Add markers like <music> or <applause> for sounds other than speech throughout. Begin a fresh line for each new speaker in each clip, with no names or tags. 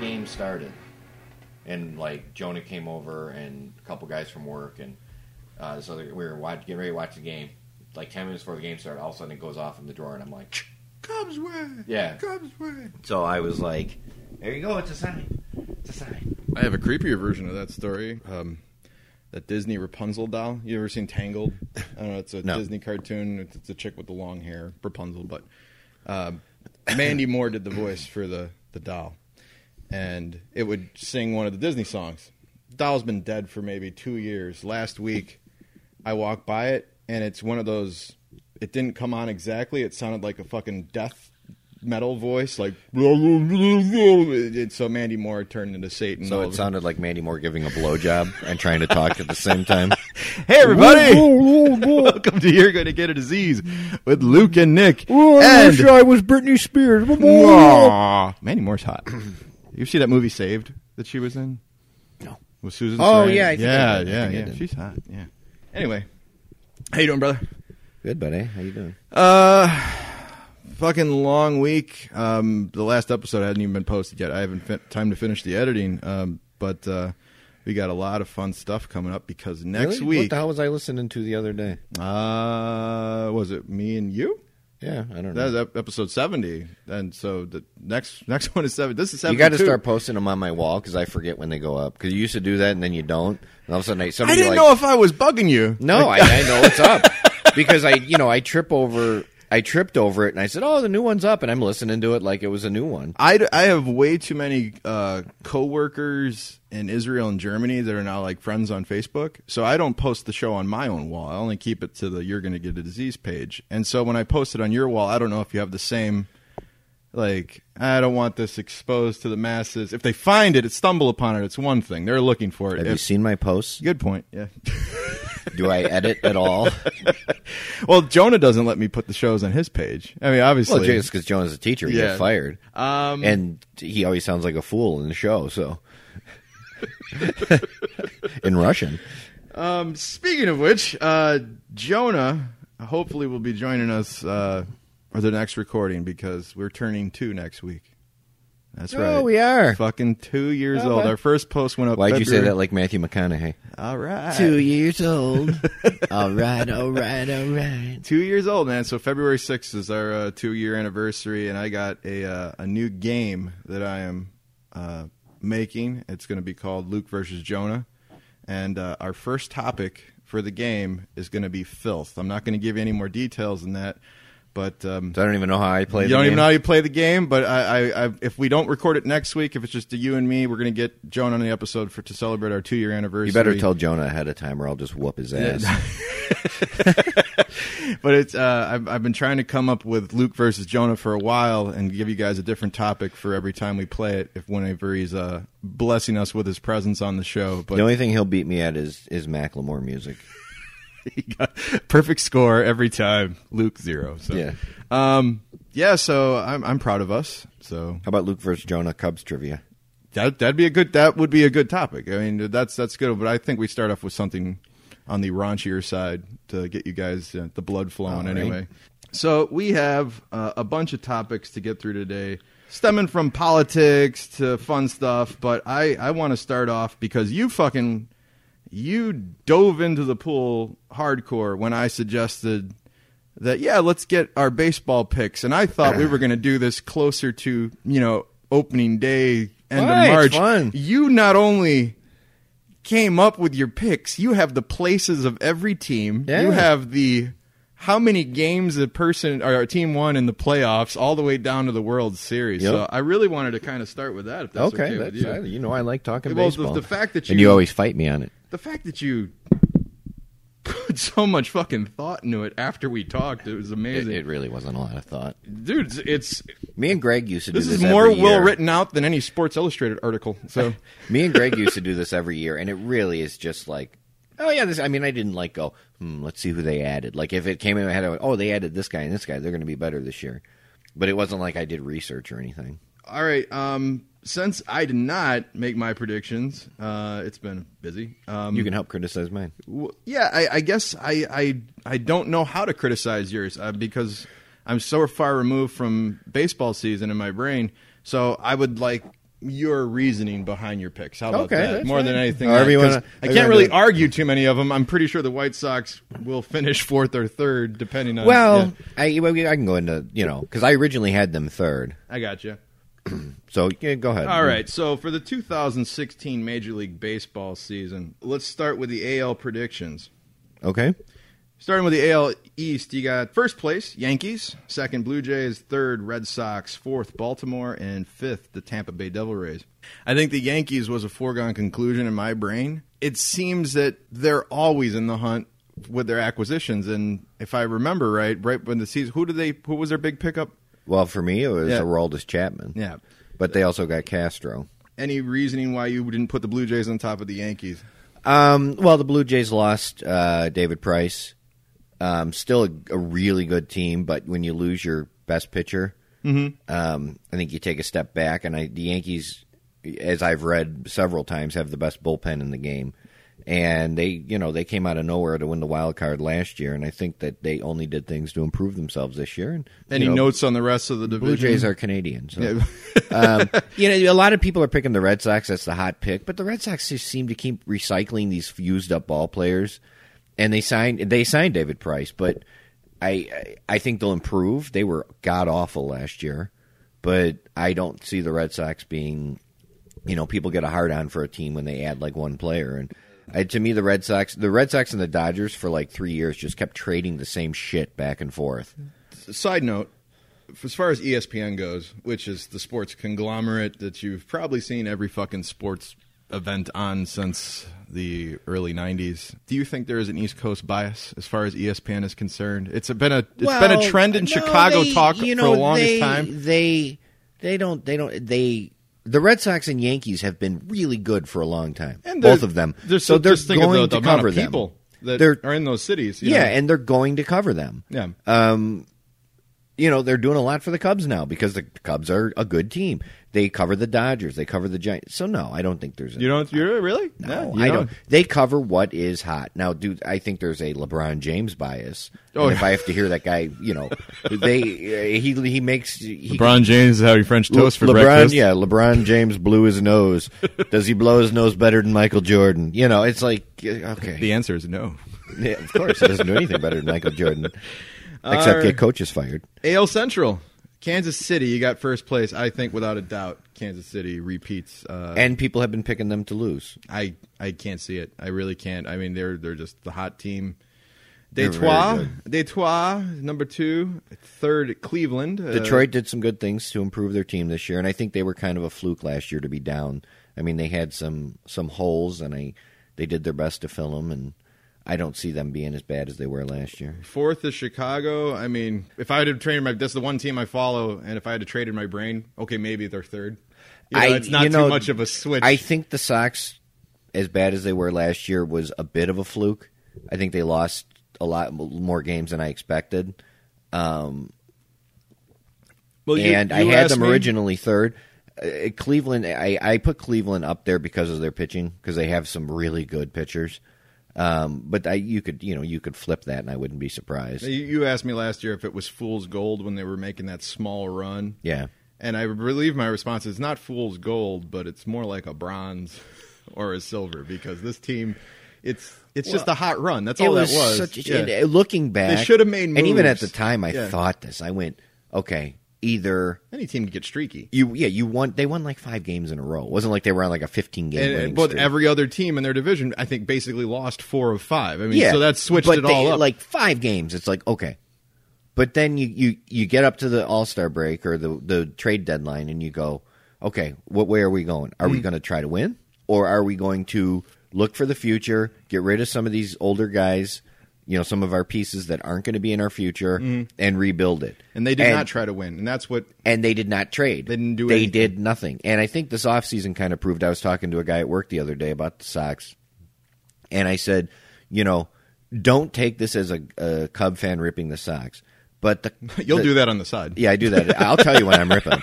game started, and like Jonah came over and a couple guys from work, and uh, so we were watch, getting ready to watch the game. Like ten minutes before the game started, all of a sudden it goes off in the drawer, and I'm like,
Cubs win.
yeah.
Cubs win.
So I was like, there you go, it's a sign, it's a sign.
I have a creepier version of that story. Um, that Disney Rapunzel doll. You ever seen Tangled? I don't know. It's a
<laughs> No.
Disney cartoon. It's, it's a chick with the long hair, Rapunzel. But um, Mandy Moore did the voice for the the doll, and it would sing one of the Disney songs. Doll's been dead for maybe two years. Last week, I walked by it, and it's one of those. It didn't come on exactly. It sounded like a fucking death metal voice, like. <laughs> And so Mandy Moore turned into Satan.
So
all
it
of a
sounded like Mandy Moore giving a blowjob and trying to talk at the same time.
Hey everybody! <laughs> Welcome to You're Gonna Get a Disease with Luke and Nick. and
I was Britney Spears.
Mwah. Mandy Moore's hot. You see that movie Saved that she was in?
No.
With Susan.
Oh,
Sarandon?
yeah, I think I
yeah,
did. I
yeah,
think I
yeah.
did.
She's hot. Yeah. Anyway, how you doing, brother?
<laughs> Good, buddy. How you doing?
Uh, fucking long week. Um, the last episode hadn't even been posted yet. I haven't fin- time to finish the editing. Um, but uh, we got a lot of fun stuff coming up because next
Really? What
week,
the hell was I listening to the other day?
uh, was it me and you?
Yeah, I don't know.
That's ep- episode seventy, and so the next <laughs> next one is seven. This is
You
seventy.
got to start posting them on my wall because I forget when they go up. Because you used to do that and then you don't. And all of a sudden, I,
I
somebody
didn't
like,
know if I was bugging you.
no, I, I know it's up <laughs> because I, you know, I trip over, I tripped over it, and I said, "Oh, the new one's up," and I'm listening to it like it was a new one.
I, d- I have way too many uh, coworkers in Israel and Germany that are now like friends on Facebook. So I don't post the show on my own wall. I only keep it to the "You're going to get a disease" page. And so when I post it on your wall, I don't know if you have the same. Like I don't want this exposed to the masses. If they find it, it stumble upon it. It's one thing they're looking for it.
Have you
If-
seen my posts?
good point. Yeah. <laughs>
Do I edit at all?
Well, Jonah doesn't let me put the shows on his page. I mean, obviously.
well, eh. just because Jonah's a teacher, he
Yeah.
gets fired,
um,
and he always sounds like a fool in the show. So, <laughs> in Russian,
um, speaking of which, uh, Jonah hopefully will be joining us uh, for the next recording because we're turning two next week. That's
Oh,
right.
we are.
fucking two years
Oh,
old.
well.
Our first post went up.
why'd you say that
February-
like Matthew McConaughey?
All right,
years
<laughs>
old. all right, all right, all right.
two years old, man. So February sixth is our uh, two year anniversary, and I got a uh, a new game that I am uh, making. It's going to be called Luke versus Jonah, and uh, our first topic for the game is going to be filth. I'm not going to give you any more details than that, but um,
So I don't even know how I play.
you
the
don't
game.
even know how you play the game, but I, I, I, if we don't record it next week, if it's just you and me, we're going to get Joan on the episode for to celebrate our two year anniversary.
You better tell Jonah ahead of time, or I'll just whoop his ass.
<laughs> but it's uh, I've, I've been trying to come up with Luke versus Jonah for a while and give you guys a different topic for every time we play it. If whenever he's uh, blessing us with his presence on the show, but
the only thing he'll beat me at is is Macklemore music.
he got perfect score every time. Luke zero. So.
Yeah.
Um. Yeah. So I'm I'm proud of us. So
How about Luke versus Jonah Cubs trivia?
that that'd be a good that would be a good topic. I mean that's that's good. But I think we start off with something on the raunchier side to get you guys uh, the blood flowing
All right.
anyway. So we have uh, a bunch of topics to get through today, stemming from politics to fun stuff. But I I want to start off because you fucking you dove into the pool hardcore when I suggested that yeah, let's get our baseball picks, and I thought we were going to do this closer to you know opening day, end
Right,
of March.
fun.
You not only came up with your picks, you have the places of every team. You
Yeah.
have the how many games a person or a team won in the playoffs, all the way down to the World Series.
Yep.
So I really wanted to kind of start with that. If that's okay, with you.
I- know I like talking
Well, the- the fact that
and
you-
you always fight me on it.
the fact that you put so much fucking thought into it after we talked, it was
it.
amazing,
It really wasn't a lot of thought.
dude. it's- It's
Me and Greg used to do
this
this.
is more
every year.
well written out than any Sports Illustrated article.
<laughs>
So
Me and Greg used to do this every year, and it really is just like, oh yeah, this. I mean, I didn't like go. Hmm, let's see who they added. Like if it came in my head, I went, oh, they added this guy and this guy. They're going to be better this year. But it wasn't like I did research or anything.
All right. Um, since I did not make my predictions, uh, it's been busy. Um,
You can help criticize mine.
w- yeah, I, I guess I, I I don't know how to criticize yours uh, because I'm so far removed from baseball season in my brain. So I would like your reasoning behind your picks. How about
Okay,
that?
that's
More than
fine.
anything,
However you wanna-
'cause I
however you
can't
wanna
really
do it.
argue too many of them. I'm pretty sure the White Sox will finish fourth or third, depending on.
Well, Uh,
yeah,
I well, I can go into you know because I originally had them third.
I got you.
So yeah, go ahead.
All right, so for the 2016 Major League Baseball season, let's start with the AL predictions.
Okay.
Starting with the AL East, you got first place Yankees, second Blue Jays, third Red Sox, fourth Baltimore, and fifth the Tampa Bay Devil Rays. I think the Yankees was a foregone conclusion in my brain. It seems that they're always in the hunt with their acquisitions, and if I remember right, right when the season, who did they? Who was their big pickup?
Well, for me, it was
Yeah.
Aroldis Chapman.
Yeah.
But they also got Castro.
Any reasoning why you didn't put the Blue Jays on top of the Yankees?
Um, well, the Blue Jays lost uh, David Price. Um, still a, a really good team, but when you lose your best pitcher, um, I think you take a step back. And I, the Yankees, as I've read several times, have the best bullpen in the game. And they, you know, they came out of nowhere to win the wild card last year, and I think that they only did things to improve themselves this year. And you
Any
know,
notes on the rest of the division?
Blue Jays are Canadian. So. um, you know, a lot of people are picking the Red Sox. That's the hot pick, but the Red Sox just seem to keep recycling these used up ball players, and they signed they signed David Price, but I I- I think they'll improve. They were god awful last year, but I don't see the Red Sox being. You know, people get a hard on for a team when they add like one player, and I, to me, the Red Sox, the Red Sox and the Dodgers for like three years just kept trading the same shit back and forth.
side note as far as E espn goes which is the sports conglomerate that you've probably seen every fucking sports event on since the early 90s do you think there is an east coast bias as far as E espn is concerned it's been a it's
It's
been a trend in chicago talk for the longest
they,
time
They they don't they don't they the Red Sox and Yankees have been really good for a long time.
And
both
they're-
of them.
they're
so they're
just think of
going
the, the
to
amount
cover
of
them.
people that
They're-
are in those cities you
yeah, uh,
know?
and they're going to cover them.
yeah
You know, they're doing a lot for the Cubs now because the Cubs are a good team. They cover the Dodgers, they cover the Giants. So no, I don't think there's a
you don't you really
no,
you
I don't. They cover what is hot. Now, dude, I think there's a LeBron James bias.
Oh,
Oh, if I have to hear that guy, you know, they uh, he he makes he
james is having french
Le- LeBron, yeah, LeBron James blew his nose. Does he blow his nose better than Michael Jordan? You know, it's like uh, okay,
the answer is no
Yeah, of course, he doesn't do anything better than Michael Jordan, except get coaches fired.
AL Central, Kansas City. You got first place, I think, without a doubt. Kansas City repeats. Uh,
And people have been picking them to lose.
I I can't see it. I really can't. I mean, they're they're just the hot team.
They're very
Detroit,
good.
Detroit, number two, third Cleveland. Uh,
Detroit did some good things to improve their team this year, and I think they were kind of a fluke last year to be down. I mean, they had some some holes, and I they did their best to fill them, and I don't see them being as bad as they were last year.
Fourth is Chicago. I mean, if I had to trade my, that's the one team I follow, and if I had to trade in my brain, okay, maybe they're third. You know, it's not
you
too
know,
much of a switch.
I think the Sox, as bad as they were last year, was a bit of a fluke. I think they lost a lot more games than I expected,
well, Oh, you-
and I
you
had
asked
them
me-
originally third. Uh, Cleveland, I, I put Cleveland up there because of their pitching because they have some really good pitchers. Um, but I, you could, you know, you could flip that, and I wouldn't be surprised.
You you asked me last year if it was fool's gold when they were making that small run.
Yeah.
And I believe my response is not fool's gold, but it's more like a bronze <laughs> or a silver because this team, it's it's just a hot run. That's all Oh, that was.
Such,
Yeah.
and, uh, looking back,
should have made
And even at
moves.
the time, I
Yeah.
thought this. I went, okay, either
Any team can get streaky.
You yeah, you won. They won like five games in a row. It wasn't like they were on like a fifteen game.
And,
winning
and both
streak.
every other team in their division, I think, basically lost four of five. I mean,
yeah,
so that switched
but
it
they-
all up.
Like five games, it's like okay, but then you you you get up to the All Star break or the the trade deadline, and you go, okay, what way are we going? Are
Hmm.
we going to try to win, or are we going to look for the future, get rid of some of these older guys? You know, some of our pieces that aren't going to be in our future, and rebuild it.
Hmm. and they did not try to win. And that's what <laughs>
and they did not trade.
They didn't do
They
anything.
did nothing. And I think this offseason kind of proved. I was talking to a guy at work the other day about the Sox, and I said, you know, don't take this as a, a Cub fan ripping the Sox, but the
<laughs> you'll
the-
do that on the side.
yeah, I do that. I'll tell you when I'm
<laughs>
ripping. 'em.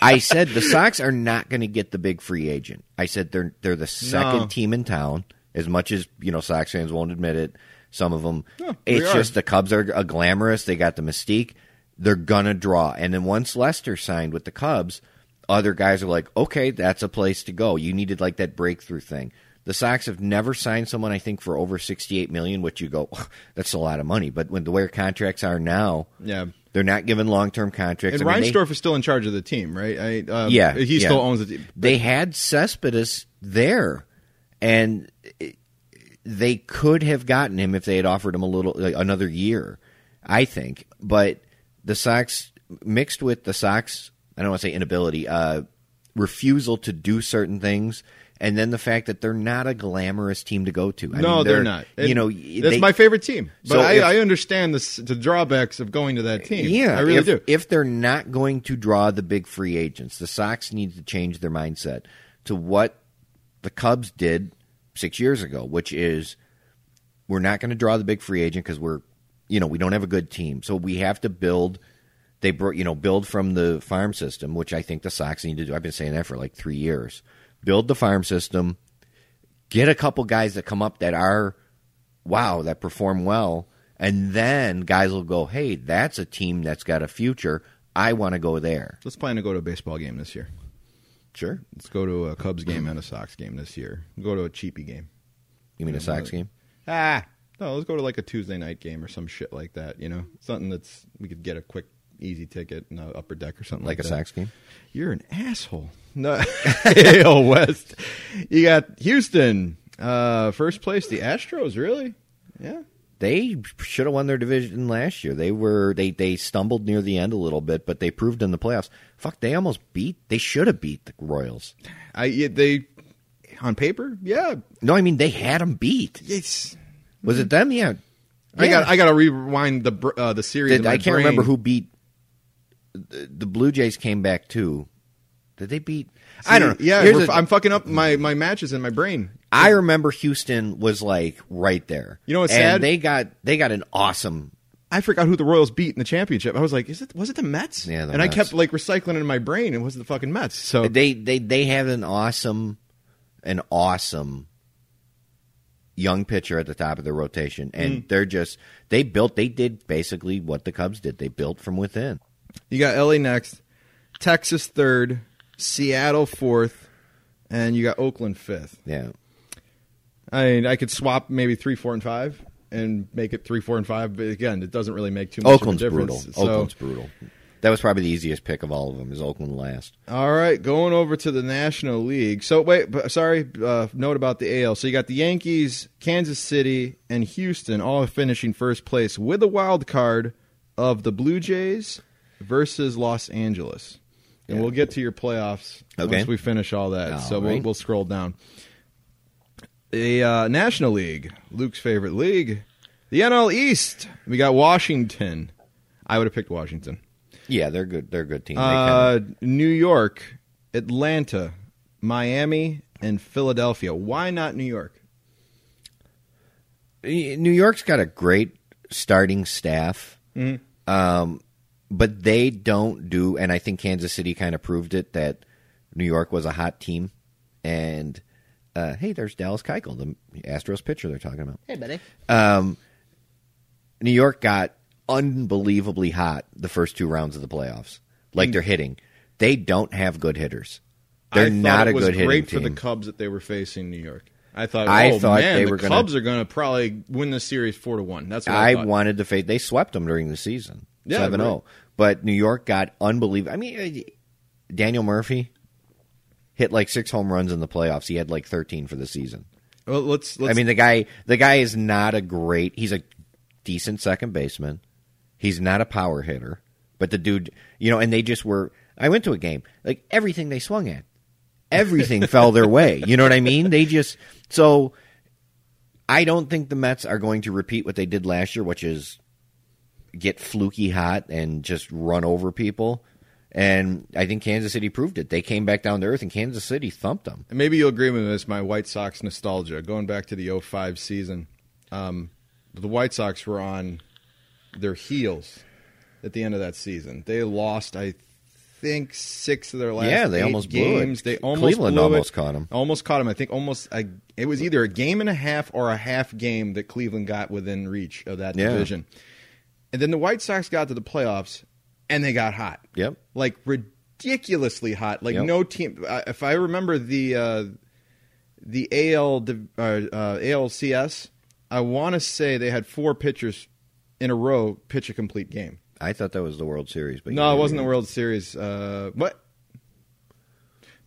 I said the Sox are not going to get the big free agent. I said they're they're the second
No.
team in town. As much as you know, Sox fans won't admit it. Some of them.
we
it's
are.
just the Cubs are a glamorous. They got the mystique. They're gonna draw. And then once Lester signed with the Cubs, other guys are like, okay, that's a place to go. You needed like that breakthrough thing. The Sox have never signed someone I think for over sixty-eight million. Which you go, <laughs> that's a lot of money. But when the way contracts are now,
Yeah.
they're not given long-term contracts.
And
I mean, they-
Reinsdorf is still in charge of the team, right? I, um,
yeah,
he
yeah.
still owns the team.
They had Cespedes there, and it- they could have gotten him if they had offered him a little like, another year, I think. But the Sox mixed with the Sox, I don't want to say inability, uh, refusal to do certain things. And then the fact that they're not a glamorous team to go to. I
no,
mean,
they're, not.
You know,
that's
they-
my favorite team. But
So
I,
if-
I understand this, the drawbacks of going to that team.
Yeah,
I really
if,
do.
If they're not going to draw the big free agents, the Sox need to change their mindset to what the Cubs did six years ago, which is we're not going to draw the big free agent because we're, you know, we don't have a good team, so we have to build. They brought, you know, build from the farm system, which I think the Sox need to do. I've been saying that for like three years. Build the farm system get a couple guys that come up that are wow that perform well and then guys will go hey that's a team that's got a future i want to go there
Let's plan to go to a baseball game this year.
sure
Let's go to a Cubs game and a Sox game this year. Go to a cheapy game.
you mean a sox game
Ah, no, let's go to like a Tuesday night game or some shit like that. You know, something that's we could get a quick, easy ticket in the upper deck or something like,
like a
that.
sox game
You're an asshole.
<laughs>
No, <laughs> AL West. You got Houston, uh, first place. The Astros, really? Yeah.
they should have won their division last year they were they they stumbled near the end a little bit but they proved in the playoffs fuck they almost beat they should have beat the royals
I yeah, they on paper, yeah.
no i mean they had them beat
Yes.
was it them yeah,
I
Yeah.
got I got to rewind the br- uh, the series.
Did,
in
I
my
can't
brain.
remember who beat the, the Blue Jays. Came back too. Did they beat? I don't know.
Yeah,
Here's
we're-
the-
I'm fucking up my my matches in my brain.
I remember Houston was like right there.
You know what's
and
sad?
They got they got an awesome.
I forgot who the Royals beat in the championship. I was like, is it was it the Mets?
Yeah, the
and I
Mets.
kept like recycling it in my brain. It was the fucking Mets. So
They they they have an awesome, an awesome young pitcher at the top of their rotation, and
Mm.
they're just they built they did basically what the Cubs did. They built from within.
you got LA next, Texas third, Seattle fourth, and you got Oakland fifth.
Yeah.
I mean, I could swap maybe three, four, and five, and make it three, four, and five. But again, it doesn't really make too much
Oakland's
of a
brutal.
difference. So-
Oakland's brutal. That was probably the easiest pick of all of them. Is Oakland last?
All right, going over to the National League. So wait, but, sorry, uh, note about the AL. So you got the Yankees, Kansas City, and Houston all finishing first place with a wild card of the Blue Jays versus Los Angeles. And we'll get to your playoffs
Okay.
once we finish all that.
All
so we'll,
right.
we'll scroll down. The uh, National League, Luke's favorite league, the NL East. We got Washington. I would have picked Washington.
Yeah, they're good. They're a good team. They kinda-
Uh, New York, Atlanta, Miami, and Philadelphia. Why not New York?
New York's got a great starting staff,
Mm-hmm.
um, but they don't do. And I think Kansas City kind of proved it that New York was a hot team. And uh, hey, there's Dallas Keuchel, the Astros pitcher they're talking about. Hey, buddy. Um, New York got unbelievably hot the first two rounds of the playoffs. Like they're hitting, they don't have good hitters. They're
Mm. I thought
not
it
a
was
good
great
hitting
for
team.
the Cubs that they were facing New York. I thought,
I
oh
thought
man,
they
the
were gonna-
Cubs are going to probably win the series four to one. That's what I,
I
thought.
wanted to fade. They swept them during the season,
Yeah,
seven
right.
zero. But New York got unbelievable. I mean, uh, Daniel Murphy hit like six home runs in the playoffs. He had like thirteen for the season.
Well, let's, let's.
I mean, the guy the guy is not a great. He's a decent second baseman. He's not a power hitter, but the dude, you know, and they just were. I went to a game. Like everything they swung at,
<laughs>
everything fell their way. You know what I mean? They just so. I don't think the Mets are going to repeat what they did last year, which is get fluky hot and just run over people. And I think Kansas City proved it. They came back down to earth, and Kansas City thumped them.
maybe you'll agree with this. My White Sox nostalgia, going back to the 05 season. Um, the White Sox were on their heels at the end of that season. They lost, I think, six of their last.
Yeah, they
eight
almost blew it.
games. They almost
Cleveland
blew it.
almost caught 'em.
Almost caught them. I think almost. I, it was either a game and a half or a half game that Cleveland got within reach of that
Yeah.
division. And then the White Sox got to the playoffs, and they got hot.
Yep.
Like ridiculously hot. Like
Yep.
no team. I- If I remember the uh, the AL div- uh, uh, ALCS, I want to say they had four pitchers in a row pitch a complete game.
I thought that was the World Series, but
No, it wasn't the World Series. Uh, what?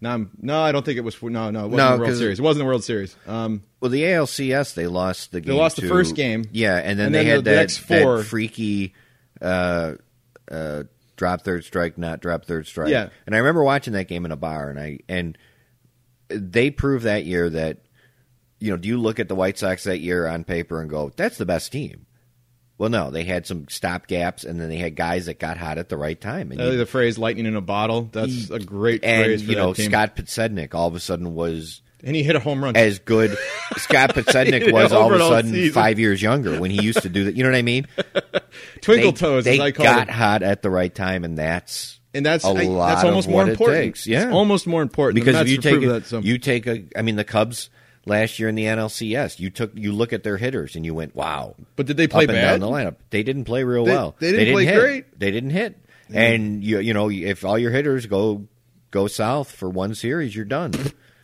No, I'm, no, I don't think it was. No, no, it wasn't
No,
the World
'cause-
Series. It wasn't the World Series. Um,
Well, the ALCS they lost the game.
lost the
to-
first game.
Yeah, and then
And
they
then
had
the-
that,
the next four-
that freaky uh, uh, drop third strike, not drop third strike.
Yeah.
and I remember watching that game in a bar, and I and they proved that year that you know, do you look at the White Sox that year on paper and go, that's the best team? Well, no, they had some stop gaps, and then they had guys that got hot at the right time, and
I
you-
think the phrase "lightning in a bottle." That's a great
and
phrase for
you
that
know
team.
Scott Pitsednik all of a sudden was
and he hit a home run.
as good
<laughs>
Scott Podsednik
Yeah,
was all of a
overall
sudden
season.
five years younger when he used to do that. You know what I mean?
<laughs> Twinkle
they,
toes,
They
as I call
got
it.
hot at the right time, and that's
And that's
a
I-
lot
that's almost
of
more
what it
important.
takes. Yeah,
It's almost more important The
because if
Mets
you
have
take
proved
a,
that some-
you take a, I mean the Cubs last year in the NLCS, you took you look at their hitters and you went, wow.
But did they play
up and
bad?
down the lineup? They didn't play real
They-
well.
they didn't play
hit.
great.
They didn't hit. And you you know if all your hitters go go south for one series, you're done.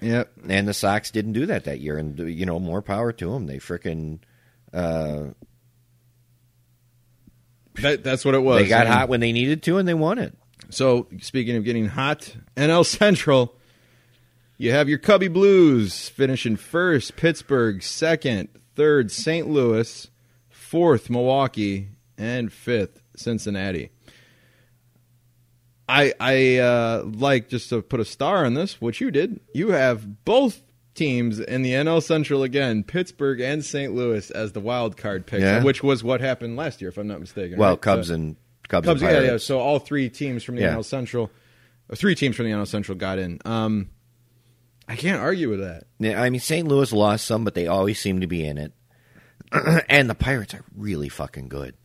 yeah.
and the Sox didn't do that that year, and you know more power to them. They freaking
That, that's what it was.
they got
And
hot when they needed to, and they won it.
So speaking of getting hot, NL Central, you have your Cubby Blues finishing first, Pittsburgh second, third St. Louis, fourth Milwaukee, and fifth Cincinnati. I I uh, like just to put a star on this, which you did. You have both teams in the NL Central again, Pittsburgh and St. Louis as the wild card picks,
Yeah.
which was what happened last year, if I'm not mistaken.
Well,
right?
Cubs
So-
and Cubs,
Cubs,
and
yeah, yeah.
Pirates.
So all three teams from the
Yeah.
NL Central, or three teams from the NL Central got in. Um, I can't argue with that.
Yeah, I mean, St. Louis lost some, but they always seem to be in it. <clears throat> and the Pirates are really fucking good.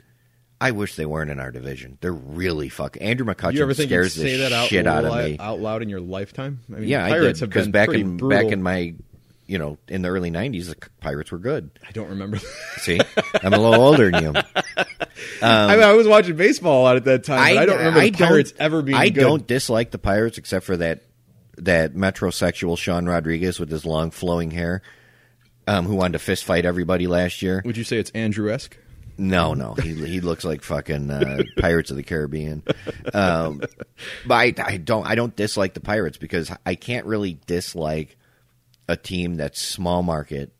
I wish they weren't in our division. They're really fucking. Andrew McCutcheon
you ever think you'd
scares the
say that out,
shit out of
li-
me.
out loud in your lifetime? I mean,
yeah, I did
Pirates have
because
been
back
pretty
in
brutal.
back in my, you know, in the early '90s, the C- Pirates were good.
I don't remember.
See, I'm a little older than you.
<laughs> I
Um,
mean, I was watching baseball a lot at that time. but I, don't remember the Pirates ever being.
I
good.
don't dislike the Pirates except for that that metrosexual Sean Rodriguez with his long flowing hair, um, who wanted to fist fight everybody last year.
Would you say it's Andrew esque?
No, no, he he looks like fucking uh, Pirates of the Caribbean. Um, but I, I don't I don't dislike the Pirates because I can't really dislike a team that's small market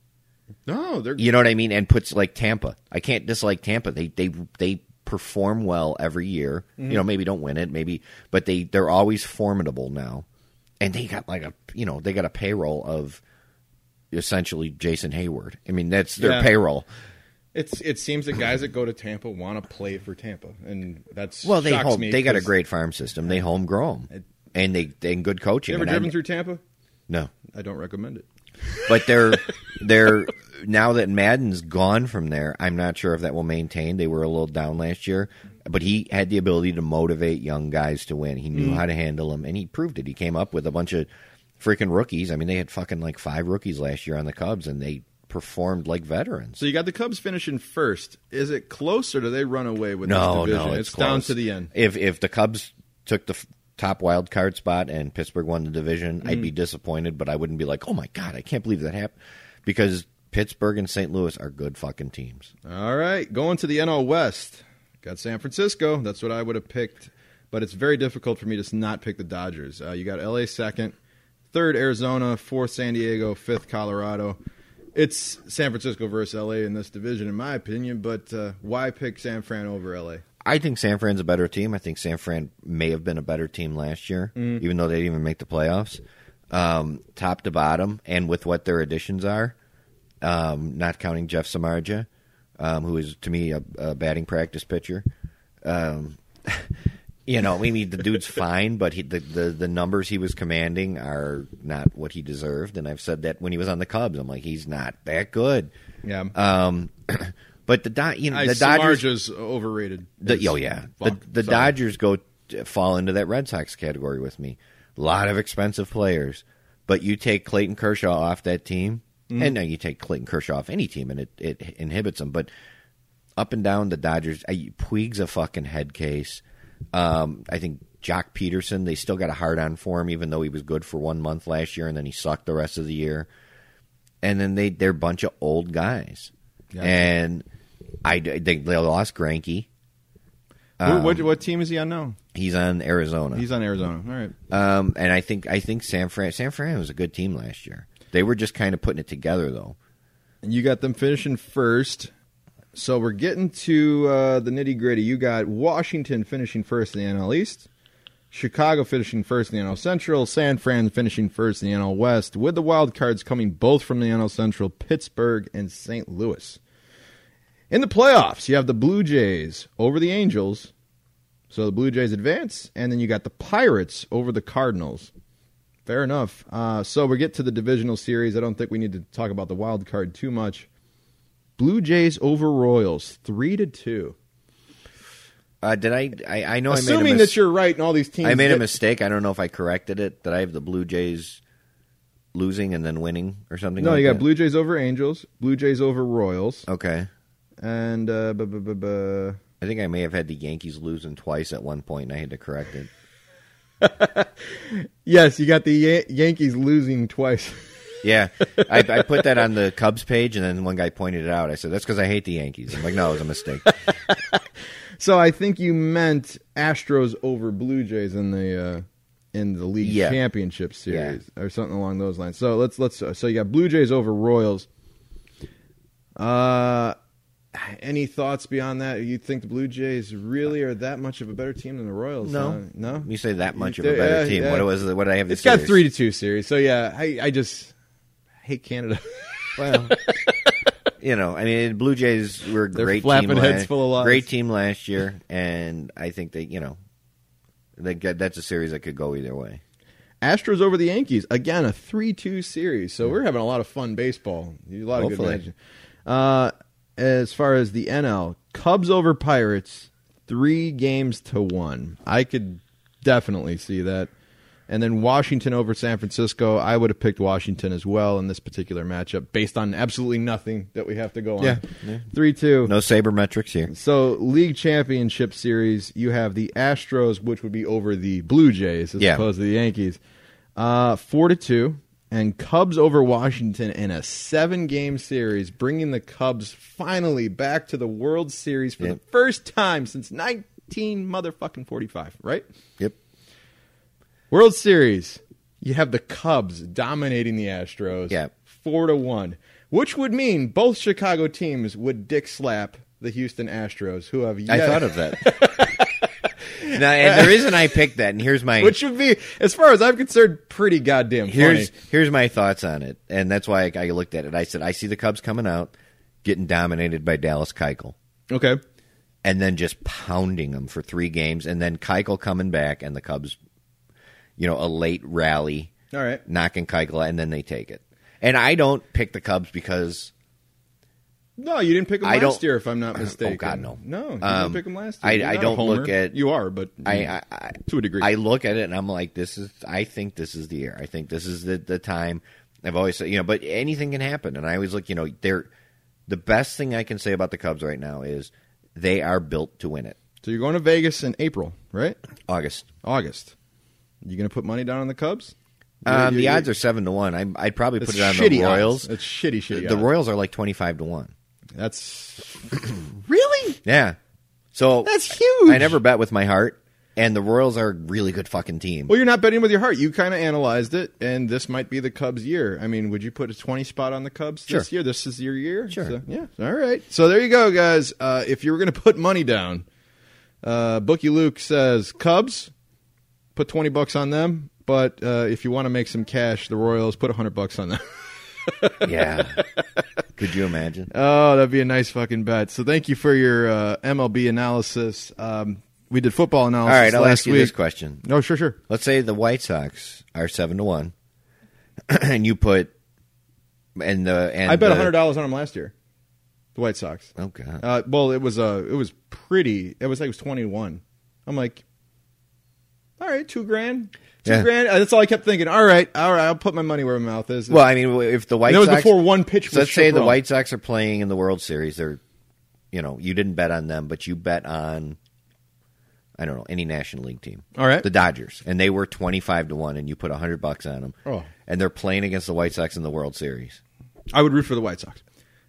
No, they're
you know what I mean? And puts like Tampa. I can't dislike Tampa. They they they perform well every year.
Mm-hmm.
You know, maybe don't win it, maybe, but they they're always formidable now. And they got like a you know they got a payroll of essentially Jason Hayward. I mean, that's their
Yeah.
payroll.
it's it seems that guys that go to Tampa want to play for Tampa, and that's
Well, they
shocks
home,
me
they got a
'cause-
great farm system. They home grow 'em. and they and good coaching.
You ever
And
driven
I'm-
through Tampa?
No,
I don't recommend it.
but they're they're now that Madden's gone from there, I'm not sure if that will maintain. They were a little down last year, but he had the ability to motivate young guys to win. He knew how to handle them, and he proved it. He came up with a bunch of freaking rookies. I mean, they had fucking like five rookies last year on the Cubs, and they performed like veterans.
So you got the Cubs finishing first. Is it close or do they run away with
No,
this division?
no,
it's
it's close.
down to the end.
If if the Cubs took the f- top wild card spot and Pittsburgh won the division, I'd
Mm.
be disappointed, but I wouldn't be like, oh my god, I can't believe that happened, because Pittsburgh and St. Louis are good fucking teams.
All right, going to the NL West. Got San Francisco. That's what I would have picked, but it's very difficult for me to s- not pick the Dodgers. Uh, you got LA second, third Arizona, fourth San Diego, fifth Colorado. It's San Francisco versus LA in this division, in my opinion. But uh, why pick San Fran over LA?
I think San Fran's a better team. I think San Fran may have been a better team last year, even though they didn't even make the playoffs. Um, top to bottom, and with what their additions are, um, not counting Jeff Samarja, um, who is to me a, a batting practice pitcher. Um, <laughs> you know, I mean, the dude's fine, but he, the, the the numbers he was commanding are not what he deserved. And I've said that when he was on the Cubs, I'm like, he's not that good.
Yeah,
Um, but the Do- you know,
I,
the Dodgers
Samarja's overrated.
the, oh yeah, the,
Fuck,
the
sorry.
Dodgers go fall into that Red Sox category with me. A lot of expensive players, but you take Clayton Kershaw off that team,
Mm-hmm.
and now you take Clayton Kershaw off any team, and it, it inhibits them. But up and down the Dodgers, I, Puig's a fucking head case. Um, I think Ch- Jock Peterson. They still got a hard on for him, even though he was good for one month last year and then he sucked the rest of the year. And then they they're a bunch of old guys,
Yeah.
and I d- they, they lost Granky.
Who-
um,
what, what team is he on now?
He's on Arizona.
He's on Arizona. All right.
Um, and I think I think San Fran San Fran was a good team last year. They were just kind of putting it together though.
And you got them finishing first. So we're getting to uh, the nitty gritty. You got Washington finishing first in the NL East, Chicago finishing first in the NL Central, San Fran finishing first in the NL West, with the wild cards coming both from the NL Central, Pittsburgh and St. Louis. In the playoffs, you have the Blue Jays over the Angels. So the Blue Jays advance, and then you got the Pirates over the Cardinals. Fair enough. Uh, so we get to the divisional series. I don't think we need to talk about the wild card too much. Blue Jays over Royals, three to two.
Uh, did I, I? I know I made a
Assuming
mis-
that you're right and all these teams.
I made a
get-
mistake. I don't know if I corrected it. That I have the Blue Jays losing and then winning or something.
No,
like
you got
that?
Blue Jays over Angels, Blue Jays over Royals,
Okay,
and uh, bu- bu- bu- bu-
I think I may have had the Yankees losing twice at one point, and I had to correct it.
yes, you got the Yan Yankees losing twice. <laughs>
Yeah, I, I put that on the Cubs page, and then one guy pointed it out. I said, "That's because I hate the Yankees." I'm like, "No, it was a mistake."
so I think you meant Astros over Blue Jays in the uh, in the league
Yeah.
championship series or something along those lines. So let's let's so you got Blue Jays over Royals. Uh, any thoughts beyond that? You think the Blue Jays really are that much of a better team than the Royals? huh?
No,
<laughs> no.
You say that much of
Yeah,
a better
yeah.
team. What was? the- What did I have?
It's
This
got
year's?
three to two series. So yeah, I I just hate Canada. <laughs>
Well, you know, I mean, Blue Jays were a
They're
great
flapping
team.
heads
la-
full of lies.
Great team last year, and I think that you know, they got, that's a series that could go either way.
Astros over the Yankees again, a three-two series. So we're having a lot of fun baseball. A lot of
Hopefully.
good action. Uh, as far as the NL, Cubs over Pirates, three games to one. I could definitely see that. And then Washington over San Francisco. I would have picked Washington as well in this particular matchup, based on absolutely nothing that we have to go on.
Yeah.
three-two.
No saber metrics here.
So, league championship series, you have the Astros, which would be over the Blue Jays as
Yeah.
opposed to the Yankees, uh, four to two, and Cubs over Washington in a seven-game series, bringing the Cubs finally back to the World Series for the
Yep.
first time since nineteen motherfucking forty-five. Right?
Yep.
World Series, you have the Cubs dominating the Astros,
Yeah.
four to one, which would mean both Chicago teams would dick slap. The Houston Astros, who have yet
I thought of that. <laughs> now, and the reason I picked that, and here's <laughs> my
which would be, as far as I'm concerned, pretty goddamn
here's
funny.
here's my thoughts on it, and that's why I, I looked at it. I said, I see the Cubs coming out, getting dominated by Dallas Keuchel.
Okay,
and then just pounding them for three games, and then Keuchel coming back, and the Cubs, you know, a late rally,
all right.
knocking Keuchel, out, and then they take it. And I don't pick the Cubs because
No, you didn't pick them
I
last
don't- oh,
year, if I'm not mistaken.
God, no.
no, you
Um,
didn't pick them last year.
I-
You're
I
not a
don't
homer.
look at-
you are, but
I, I, I
to a degree.
I look at it and I'm like, this is. I think this is the year. I think this is the the time. I've always said, you know, but anything can happen, and I always look, you know, they're the best thing I can say about the Cubs right now is they are built to win it.
so you're going to Vegas in April, right?
August.
August. You going to put money down on the Cubs?
Um,
You- you-
the odds are seven to one. I, I'd probably
That's
put it on
shitty
the Royals.
Odds. That's shitty,
The,
shitty.
the
odds.
Royals are like twenty five to one. <clears throat>
That's really.
Yeah. So
That's huge.
I never bet with my heart, and the Royals are a really good fucking team.
Well, you're not betting with your heart. You kind of analyzed it, and this might be the Cubs' year. I mean, would you put a 20 spot on the Cubs this
Sure.
year? This is your year.
Sure.
So, yeah. All right. So there you go, guys. Uh, if you were going to put money down, uh, Bookie Luke says Cubs. Put 20 bucks on them, but uh, if you want to make some cash, the Royals put 100 bucks on them. <laughs>
yeah. Could you imagine?
Oh, that'd be a nice fucking bet. So thank you for your uh, MLB analysis. Um, we did football
All
analysis
right, I'll
last
ask you
week.
this question.
No, sure, sure.
Let's say the White Sox are seven to one, <clears throat> and you put and the and uh,
I bet
the-
hundred dollars on them last year. The White Sox.
Oh god.
Uh, well, it was uh, it was pretty. It was like it was twenty one. I'm like, all right, two grand, two
Yeah.
grand. Uh, That's all I kept thinking. All right, all right, I'll put my money where my mouth is.
well, I mean, if the White
And that was
Sox
before one pitch.
So
was
let's say the
Chaparral.
White Sox are playing in the World Series. They're, you know, you didn't bet on them, but you bet on I don't know any National League team.
All right.
the Dodgers, and they were twenty five to one, and you put hundred bucks on them,
Oh.
and they're playing against the White Sox in the World Series.
I would root for the White Sox.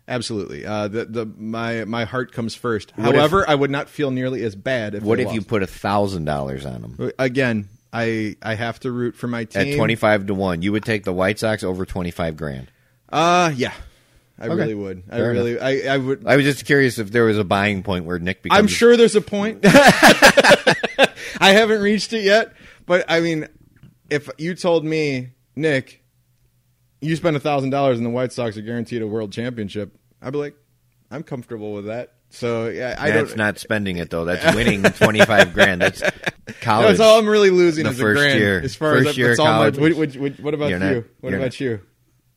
Absolutely. Uh, the, the my my heart comes first.
if-
However, I would not feel nearly as bad if
What
they
if you
lost.
put thousand dollars on them
again? I I have to root for my team
at twenty five to one? You would take the White Sox over twenty five grand.
Uh yeah, I
Okay.
really would. I
Fair
really I I would.
I was just curious if there was a buying point where Nick. Becomes
I'm sure there's
<laughs>
a point. <laughs> I haven't reached it yet, but I mean, if you told me, Nick, you spend a thousand dollars and the White Sox are guaranteed a world championship, I'd be like, I'm comfortable with that. So yeah, I
that's
don't.
not spending it though. That's winning twenty five grand. That's college.
<laughs> That's all I'm really losing
The
is
first
a grand.
year.
As far
First
as
year
that's all my-
college.
what, what- what- what about
You're not-
you? What
you're
about
not-
you?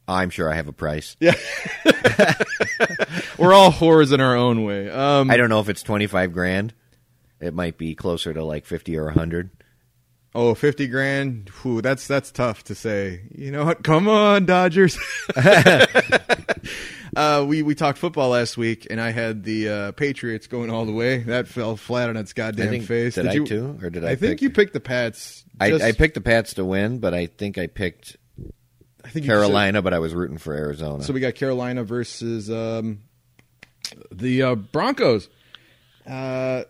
I'm sure I have a price.
Yeah. We're all whores in our own way. Um,
I don't know if it's twenty five grand. It might be closer to like fifty or hundred.
oh, 50 grand. Whew, that's that's tough to say. You know what? Come on, Dodgers. <laughs> uh, we we talked football last week, and I had the uh, Patriots going all the way. That fell flat on its goddamn
I think-
face.
did I
you,
too, or did I
think
pick-
you picked the Pats. Just-
I, I picked the Pats to win, but I think I picked
I think you said-
Carolina, but I was rooting for Arizona.
So we got Carolina versus um, the uh, Broncos. Uh,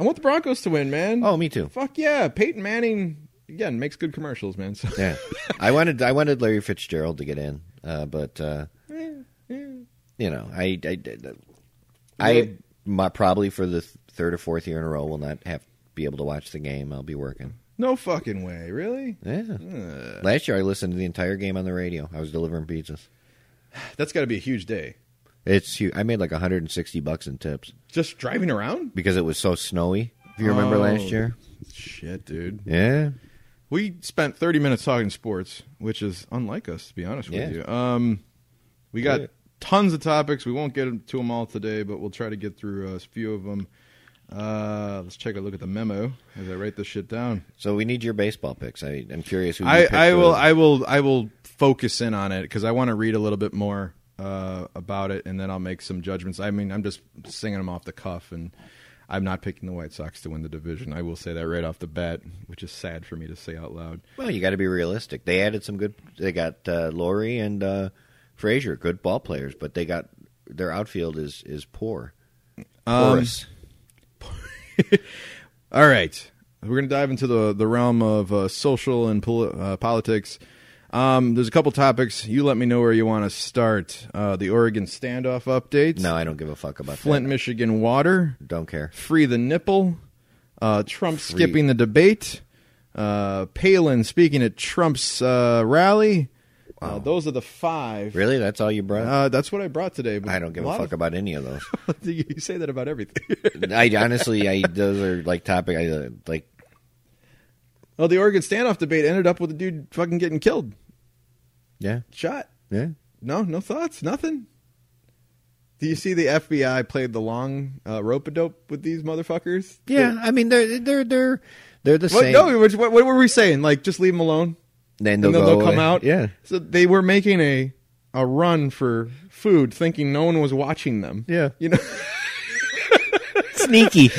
I want the Broncos to win, man.
oh, me too.
fuck yeah! Peyton Manning again makes good commercials, man. So.
Yeah, I wanted I wanted Larry Fitzgerald to get in, uh, but uh, you know, I I, I my, probably for the third or fourth year in a row will not have be able to watch the game. I'll be working.
<laughs> No fucking way, really.
Yeah. Last year I listened to the entire game on the radio. I was delivering pizzas.
That's got to be a huge day.
It's huge. I made like 160 bucks in tips
Just driving around.
because it was so snowy. If you remember
Oh.
last year,
Shit, dude.
yeah,
We spent 30 minutes talking sports, which is unlike us, to be honest
Yeah.
with you. Um, we got
Yeah.
tons of topics. We won't get to them all today, but we'll try to get through a few of them. Uh, let's take a look at the memo as I write this shit down.
So we need your baseball picks. I, I'm curious who you
I,
picked
I
to-
will I will I will focus in on it because I want to read a little bit more uh, about it, and then I'll make some judgments. I mean, I'm just singing them off the cuff, and I'm not picking the White Sox to win the division. I will say that right off the bat, which is sad for me to say out loud.
Well, you got to be realistic. They added some good. They got uh, Laurie and uh, Frazier, good ball players, but they got their outfield is is poor.
Um,
Porous.
All right, we're going to dive into the the realm of uh, social and poli- uh, politics. Um, there's a couple topics. You let me know where you want to start. Uh, the Oregon standoff updates.
no, I don't give a fuck about
Flint, Michigan water.
that. Don't care.
Free the nipple. Uh, Trump skipping the debate. Uh, Palin speaking at Trump's uh, rally. Uh, those are the five.
Really, that's all you brought.
Uh, that's what I brought today. But
I don't give a,
lot
fuck about any of those.
of- <laughs> you say that about everything. <laughs>
I honestly, I those are like topic. I uh, like.
well, the Oregon standoff debate ended up with a dude fucking getting killed,
Yeah,
shot.
yeah.
No, no thoughts, nothing. Do you see the FBI played the long uh, rope a dope with these motherfuckers?
Yeah, I mean they're they're they're they're the
What,
same.
no, what, what were we saying? Like, just leave them alone.
then they'll,
and then
go
they'll come
away.
out.
Yeah,
So they were making a a run for food, thinking no one was watching them.
Yeah.
You know, <laughs>
sneaky.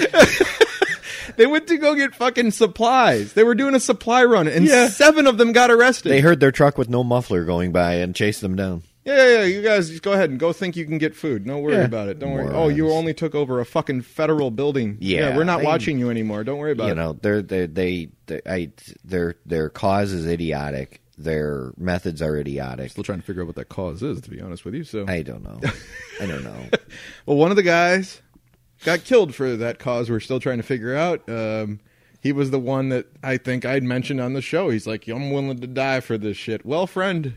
they went to go get fucking supplies. They were doing a supply run, and
Yeah.
seven of them got arrested.
they heard their truck with no muffler going by and chased them down.
yeah, yeah, yeah. You guys just go ahead and go think you can get food. No worry
Yeah.
about it. Don't worry. Oh, you
Morons.
only took over a fucking federal building.
Yeah,
we're not
they-
watching you anymore. Don't worry about
you
it.
know they're, they're they they I their their cause is idiotic their methods are idiotic
Still trying to figure out what that cause is, to be honest with you. So,
i don't know i don't
<laughs>
know
well, one of the guys got killed for that cause. We're still trying to figure out. Um, he was the one that I think I'd mentioned on the show. He's like, "I'm willing to die for this shit." Well, friend,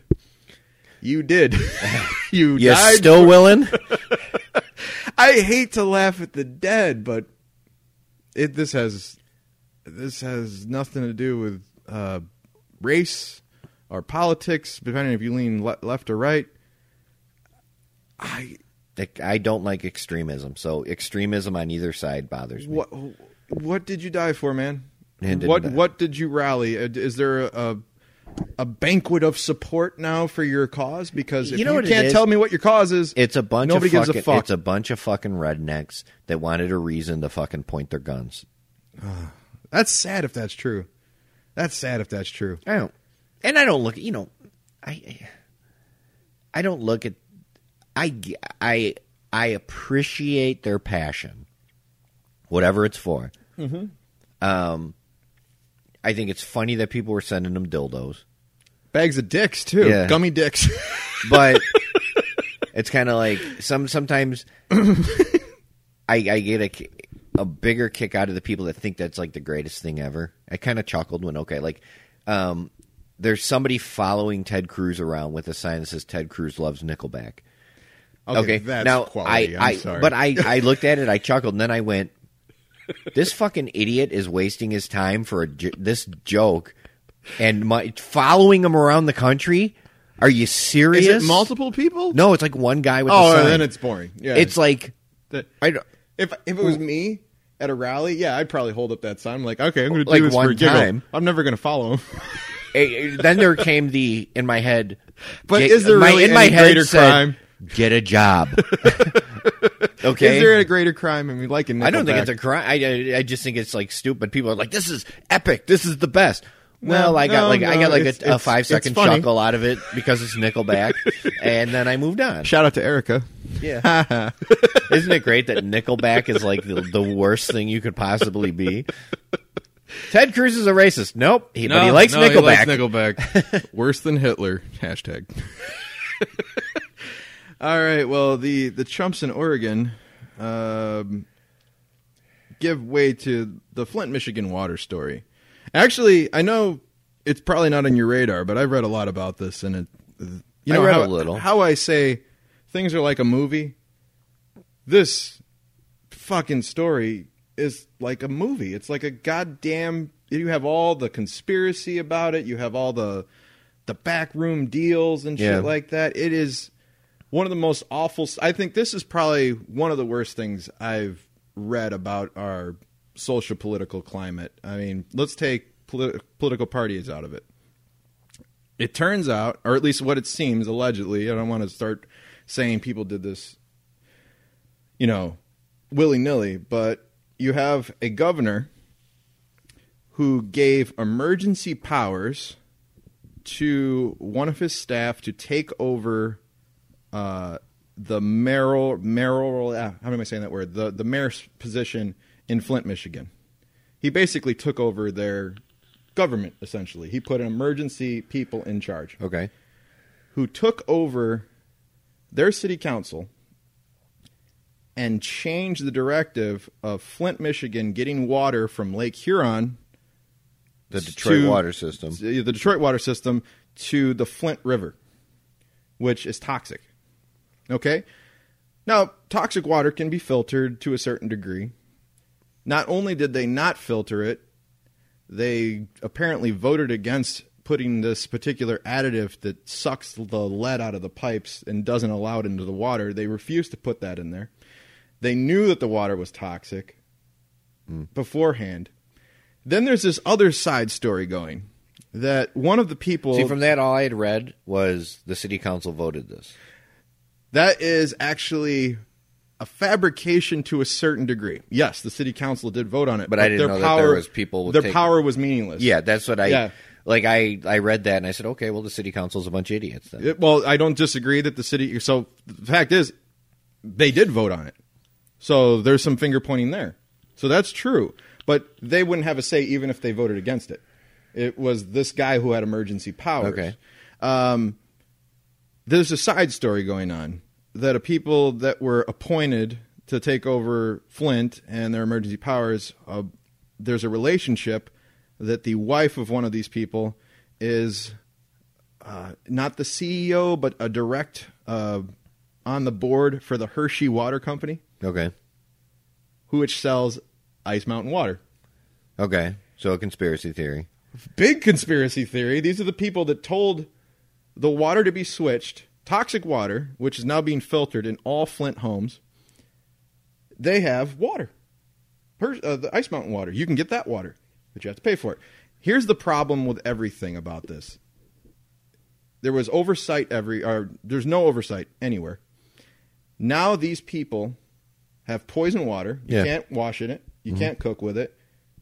you did. <laughs> you
you
died.
still
<laughs>
willing
I hate to laugh at the dead, but it this has this has nothing to do with uh, race or politics, depending if you lean le- left or right. I
Like, i don't like extremism so extremism on either side bothers me
What what did you die for, man?
Man didn't
what
die.
what did you rally? Uh, Is there a a banquet of support now for your cause? Because if
You know
you
what it
can't
is?
tell me what your cause is,
it's a bunch
nobody
of
gives
fucking,
a fuck.
it's a bunch of fucking rednecks that wanted a reason to fucking point their guns
That's sad if that's true. That's sad if that's true.
I don't, and I don't look. You know, I I don't look at. I g- I I appreciate their passion, whatever it's for. Mm-hmm. Um, I think it's funny that people were sending them dildos,
Bags of dicks too.
Yeah.
Gummy dicks. <laughs>
but it's kind of like some sometimes I I get a ki- a bigger kick out of the people that think that's like the greatest thing ever. I kind of chuckled when okay, like um, there's somebody following Ted Cruz around with a sign that says Ted Cruz loves Nickelback. Okay,
that's
now
quality.
I,
I'm
I-
sorry.
but I I looked at it,
<laughs>
I chuckled, and then I went, "This fucking idiot is wasting his time for a j- this joke, and my following him around the country." Are you serious?
is it multiple people?
No, it's like one guy with.
Oh,
the sign.
then it's boring. Yeah.
It's like
That-
I don't-
if if it was me at a rally, yeah, I'd probably hold up that sign. I'm like, okay, I'm going to do
Like
this for a
one
giggle.
time.
I'm never going to follow him. <laughs>
eh, eh, then there came the in my head.
But is there really any greater crime?
Get a
<laughs>
job. okay.
Is there a greater crime? I mean, like in
I don't think
Nickelback.
it's a crime. I, I- I just think it's like stupid. People are like, "This is epic. This is the best." Well,
No,
I got
no,
like I
no,
got like
it's-
a, a
it's-
five
it's
second
funny.
chuckle out of it because it's
<laughs>
Nickelback, and then I moved on.
shout out to Erica.
Yeah, <laughs> isn't it great that Nickelback is like the, the worst thing you could possibly be? Ted Cruz is a racist. Nope, he, but he likes
no,
Nickelback.
<laughs> Nickelback. Worse than Hitler. Hashtag. <laughs> All right. Well, the the Trumps in Oregon um, give way to the Flint, Michigan water story. Actually, I know it's probably not on your radar, but I've read a lot about this, and it. You
I
know
read
how,
a little.
How I say things are like a movie. This fucking story is like a movie. It's like a goddamn. You have all the conspiracy about it. You have all the the backroom deals and shit
Yeah.
like that. It is one of the most awful. I think this is probably one of the worst things I've read about our social political climate. I mean, let's take politi- political parties out of it it turns out, or at least what it seems allegedly, I don't want to start saying people did this, you know, willy nilly, but you have a governor who gave emergency powers to one of his staff to take over uh, the mayoral, mayoral, ah, how am I saying that word? The, the mayor's position in Flint, Michigan. He basically took over their government, essentially. He put emergency people in charge
Okay.
who took over their city council and changed the directive of Flint, Michigan getting water from Lake Huron
The Detroit
to-
water system.
the Detroit water system to the Flint River, which is toxic. Okay? Now, toxic water can be filtered to a certain degree. Not only did they not filter it, they apparently voted against putting this particular additive that sucks the lead out of the pipes and doesn't allow it into the water. They refused to put that in there. They knew that the water was toxic
Hmm.
beforehand. Then there's this other side story going that one of the people
See, from that, all I had read was the city council voted this.
that is actually a fabrication to a certain degree. Yes, the city council did vote on it,
But I didn't know that there was people
Their
taking-
power was meaningless.
Yeah, that's what I
Yeah.
like. I I read that and I said, okay, well, the city council's a bunch of idiots. Then.
It- well, I don't disagree that the city. So the fact is, they did vote on it. So there's some finger pointing there. So that's true. But they wouldn't have a say even if they voted against it. It was this guy who had emergency powers.
Okay.
Um, there's a side story going on that a people that were appointed to take over Flint and their emergency powers, uh, there's a relationship that the wife of one of these people is uh, not the CEO, but a direct uh, on the board for the Hershey Water Company,
Okay.
who which sells Ice Mountain Water.
Okay. So a conspiracy theory.
Big conspiracy theory. These are the people that told the water to be switched, toxic water, which is now being filtered in all Flint homes. They have water, Her- uh, the Ice Mountain water. You can get that water, but you have to pay for it. Here's the problem with everything about this. there was oversight every or there's no oversight anywhere. Now these people have poison water. You
Yeah.
can't wash in it. You can't cook with it.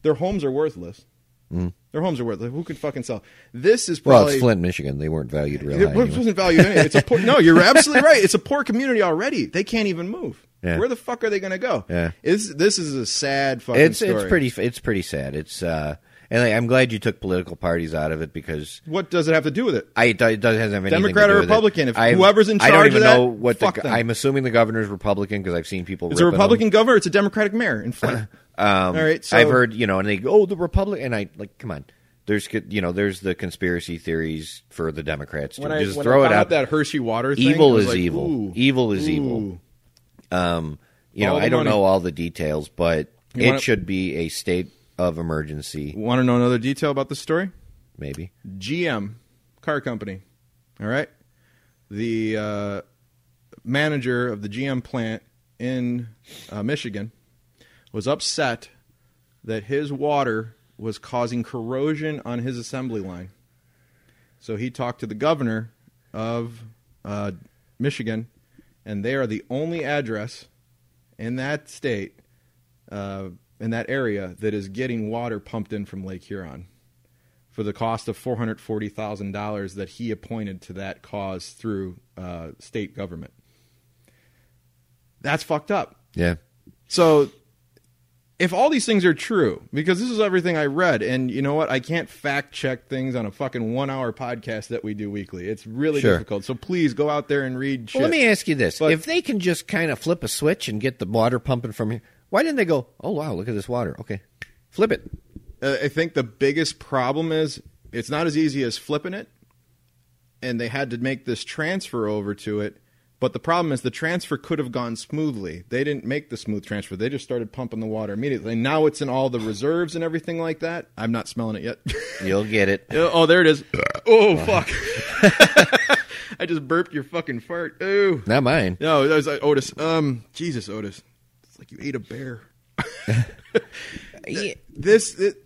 Their homes are worthless. Their homes are worthless. Who could fucking sell? This is
Well,
probably
it's Flint, Michigan. They weren't valued real
It
high. anyway.
wasn't valued anyway. It's a poor,
<laughs>
no, you're absolutely right. It's a poor community already. They can't even move.
Yeah.
Where the fuck are they going to go?
Yeah.
It's, this is a sad fucking
It's
story.
it's pretty it's pretty sad. It's uh, and I, I'm glad you took political parties out of it because
What does it have to do with it?
I it doesn't have anything
Democrat
to do
or
with
Republican,
It.
if whoever's in
I don't
charge
even
of that,
know what
fuck
the,
them.
I'm assuming the governor's Republican because I've seen people.
It's a
ripping 'em.
Republican governor. It's a Democratic mayor
<laughs>
in Flint.
Um,
All right, so-
I've heard you know, and they go, oh the Republican. And I like, come on. There's co- you know, there's the conspiracy theories for the Democrats. to just throw it
found
out.
That Hershey water. Thing, I
evil
was
is
like,
evil.
ooh,
evil is evil.
ooh.
Um, you know,
All the
I don't
money.
know all the details, but
You
it
wanna-
should be a state of emergency,
Want to know another detail about this story?
maybe.
GM, car company. All right. The uh, manager of the GM plant in uh, Michigan was upset that his water was causing corrosion on his assembly line. So he talked to the governor of uh, Michigan, and they are the only address in that state, uh, in that area, that is getting water pumped in from Lake Huron for the cost of four hundred forty thousand dollars that he appointed to that cause through uh, state government. That's fucked up.
Yeah,
So, if all these things are true, because this is everything I read, and you know what, I can't fact check things on a fucking one-hour podcast that we do weekly. It's really
Sure.
difficult. So please go out there and read. Shit.
Well, let me ask you this:
But-
If they can just kind of flip a switch and get the water pumping from here, why didn't they go? Oh wow, look at this water. Okay, flip it.
Uh, I think the biggest problem is it's not as easy as flipping it, and they had to make this transfer over to it. But the problem is the transfer could have gone smoothly. They didn't make the smooth transfer. They just started pumping the water immediately. And now it's in all the reserves and everything like that. I'm not smelling it yet.
You'll get it.
<laughs> oh, there it is. <laughs> Oh, fuck. <laughs> I just burped your fucking fart. Ooh.
Not mine.
No, that was like Otis. Um, Jesus, Otis. It's like you ate a bear
Yeah.
this it,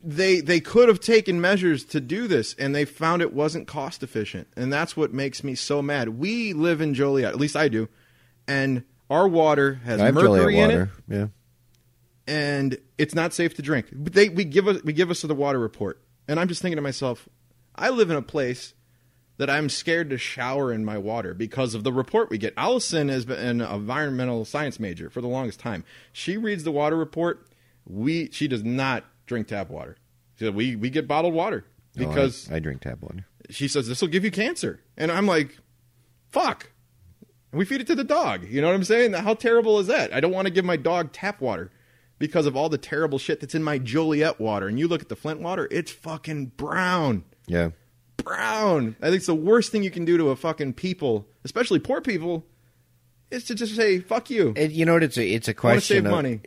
they they could have taken measures to do this and they found it wasn't cost efficient and that's what makes me so mad we live in joliet at least i do and our water has
I have
mercury
Joliet
in it
water. Yeah,
and it's not safe to drink but they we give us we give us the water report and i'm just thinking to myself i live in a place that I'm scared to shower in my water because of the report we get. Allison has been an environmental science major for the longest time. She reads the water report. We she does not drink tap water. She said, we we get bottled water
No, Oh, I-
because
I, drink tap water.
she says this will give you cancer, and I'm like, fuck. And we feed it to the dog. You know what I'm saying? How terrible is that? I don't want to give my dog tap water because of all the terrible shit that's in my Joliet water. And you look at the Flint water; it's fucking brown
Yeah,
brown. I think it's the worst thing you can do to a fucking people, especially poor people, is to just say "fuck you."
It- you know what? It's a it's a
I want to
question
save
of
money.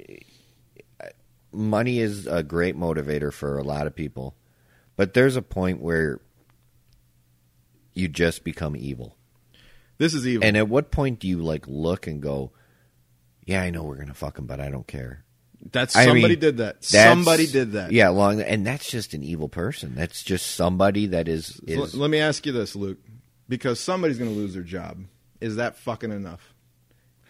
money is a great motivator for a lot of people, but there's a point where you just become evil.
This is evil.
And at what point do you like look and go, "Yeah, I know we're gonna fuck him, but I don't care."
that's
I
somebody
mean,
did that.
that's-
Somebody did that.
Yeah, long, and that's just an evil person. That's just somebody that is.
L-
is
let me ask you this, Luke, because somebody's going to lose their job. Is that fucking enough?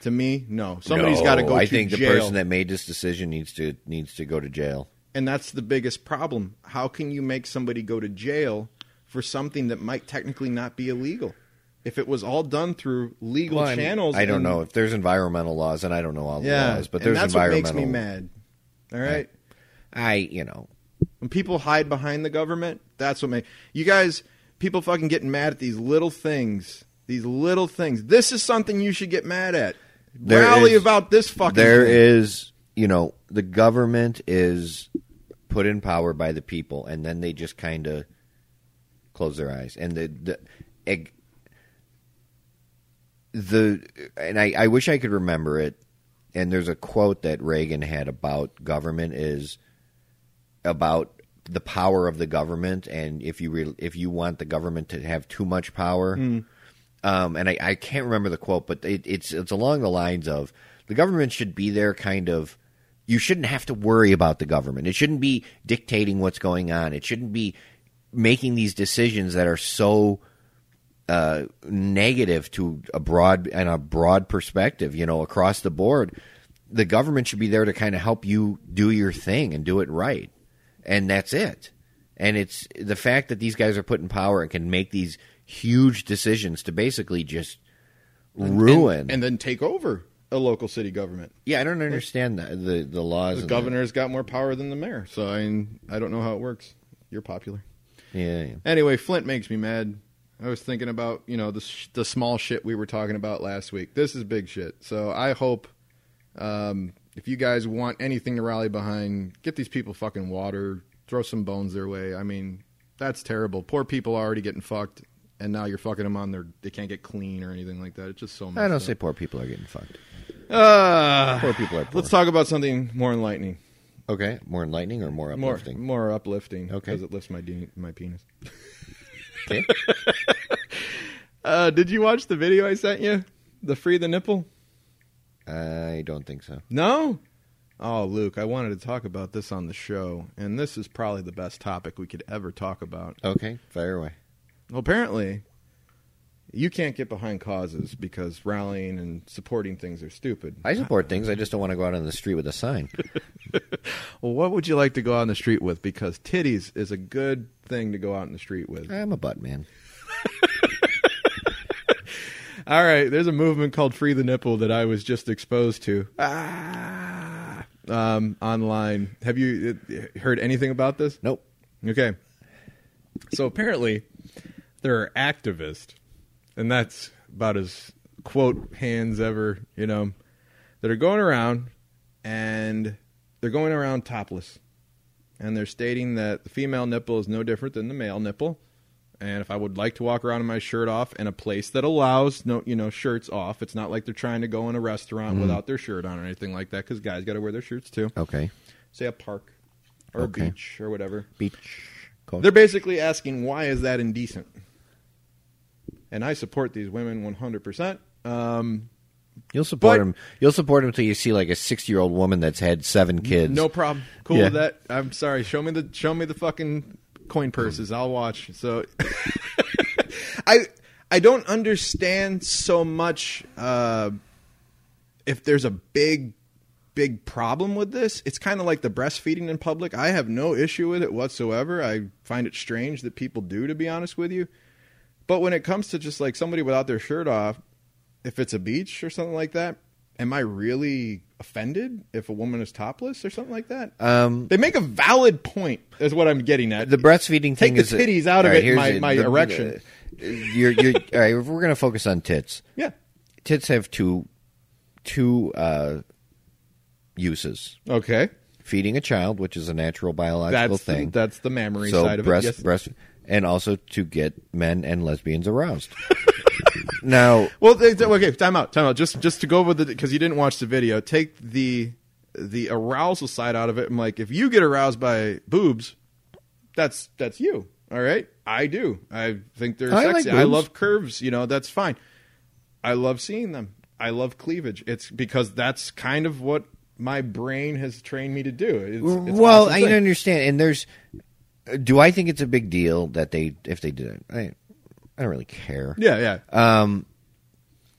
To me, no. Somebody's
No,
got to go
I
to
think the
jail.
person that made this decision needs to needs to go to jail.
And that's the biggest problem. How can you make somebody go to jail for something that might technically not be illegal? If it was all done through legal
Well, I mean,
channels,
I don't
and-
know if there's environmental laws, and I don't know all the
Yeah,
laws, but
and
there's
that's what
environmental.
makes me mad. All right,
I you know
when people hide behind the government, that's what makes you guys. People fucking getting mad at these little things. These little things. This is something you should get mad at.
There
Rally
is-
about this fucking.
There
thing.
is, you know, the government is put in power by the people, and then they just kind of close their eyes. And the the eg- the and I, I wish I could remember it. And there's a quote that Reagan had about government is about the power of the government, and if you re- if you want the government to have too much power,
Mm.
um, and I, I can't remember the quote, but it, it's it's along the lines of the government should be there, kind of. You shouldn't have to worry about the government. It shouldn't be dictating what's going on. It shouldn't be making these decisions that are so uh, negative to a broad and a broad perspective. You know, across the board, the government should be there to kind of help you do your thing and do it right. And that's it. And it's the fact that these guys are put in power and can make these huge decisions to basically just ruin.
and, and then take over a local city government.
yeah, I don't understand the the, the laws.
The
and
governor's got more power than the mayor, so I mean, I don't know how it works. You're popular.
yeah, yeah.
Anyway, Flint makes me mad. I was thinking about you know the sh- the small shit we were talking about last week. This is big shit. So I hope um, if you guys want anything to rally behind, get these people fucking water, throw some bones their way. I mean, that's terrible. Poor people are already getting fucked, and now you're fucking them on their they can't get clean or anything like that. It's just so. Messed
I don't
up.
say poor people are getting fucked.
Uh,
Poor people are poor.
Let's talk about something more enlightening,
Okay, more enlightening or more
more
uplifting?
more uplifting.
Okay.
because it lifts my de- my penis. <laughs>
Okay.
Uh, did you watch the video I sent you? The free the nipple?
I don't think so.
No. Oh, Luke, I wanted to talk about this on the show, and this is probably the best topic we could ever talk about.
Okay, fire away.
Well, apparently, you can't get behind causes because rallying and supporting things are stupid.
I support things. I just don't want to go out on the street with a sign. <laughs>
Well, what would you like to go out on the street with? Because titties is a good thing to go out in the street with.
I'm a butt man.
All right, there's a movement called Free the Nipple that I was just exposed to. Ah. Um, online. Have you uh, heard anything about this?
Nope.
Okay. So apparently, there are activists, and that's about as quote hands ever, you know, that are going around and they're going around topless. And they're stating that the female nipple is no different than the male nipple. And if I would like to walk around with my shirt off in a place that allows no, you know, shirts off, it's not like they're trying to go in a restaurant without their shirt on or anything like that, because guys got to wear their shirts too.
Okay.
Say a park or
Oh. Okay.
a beach or whatever.
Beach. Coast.
They're basically asking, why is that indecent? And I support these women 100%. Um,
You'll support
But-
him. You'll support him until you see like a sixty-year-old woman that's had seven kids.
no problem. Cool
Yeah.
with that. I'm sorry. Show me the show me the fucking coin purses. I'll watch. So <laughs> I I don't understand so much uh, if there's a big big problem with this. It's kind of like the breastfeeding in public. I have no issue with it whatsoever. I find it strange that people do to be honest with you. But when it comes to just like somebody without their shirt off, if it's a beach or something like that, am I really offended if a woman is topless or something like that?
Um,
they make a valid point, is what I'm getting at.
the breastfeeding thing
Take the
is
titties out
All
of
right,
it,
here's
my-
the-
my
the-
erection.
uh, you're, you're, <laughs> all right, if we're going to focus on tits.
yeah.
Tits have two two uh, uses:
Okay.
feeding a child, which is a natural biological
That's
thing.
the, that's the mammary
so
side of
breast,
it. Yes.
breast, and also to get men and lesbians aroused. <laughs> now,
Well, they, they- okay, time out, time out. Just just to go over the because you didn't watch the video. Take the the arousal side out of it. I'm like, if you get aroused by boobs, that's that's you. All right, I do. I think they're
I like
sexy. I
boobs.
love curves. You know, that's fine. I love seeing them. I love cleavage. It's because that's kind of what my brain has trained me to do. It's, it's
well,
awesome
I
thing.
understand. And there's, uh, do I think it's a big deal that they if they did it? I, I don't really care.
yeah, yeah. Uh,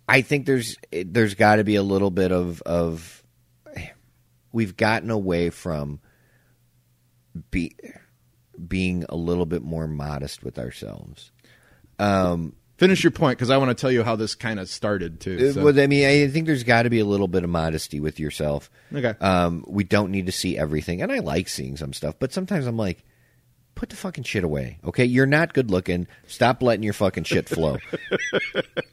I think there's there's got to be a little bit of of we've gotten away from be being a little bit more modest with ourselves.
Finish your point because I want to tell you how this kind of started too.
Uh,
so.
Well, I mean, I think there's got to be a little bit of modesty with yourself.
Okay.
Um, we don't need to see everything, and I like seeing some stuff, but sometimes I'm like, put the fucking shit away. Okay, you're not good looking. Stop letting your fucking shit
<laughs>
flow.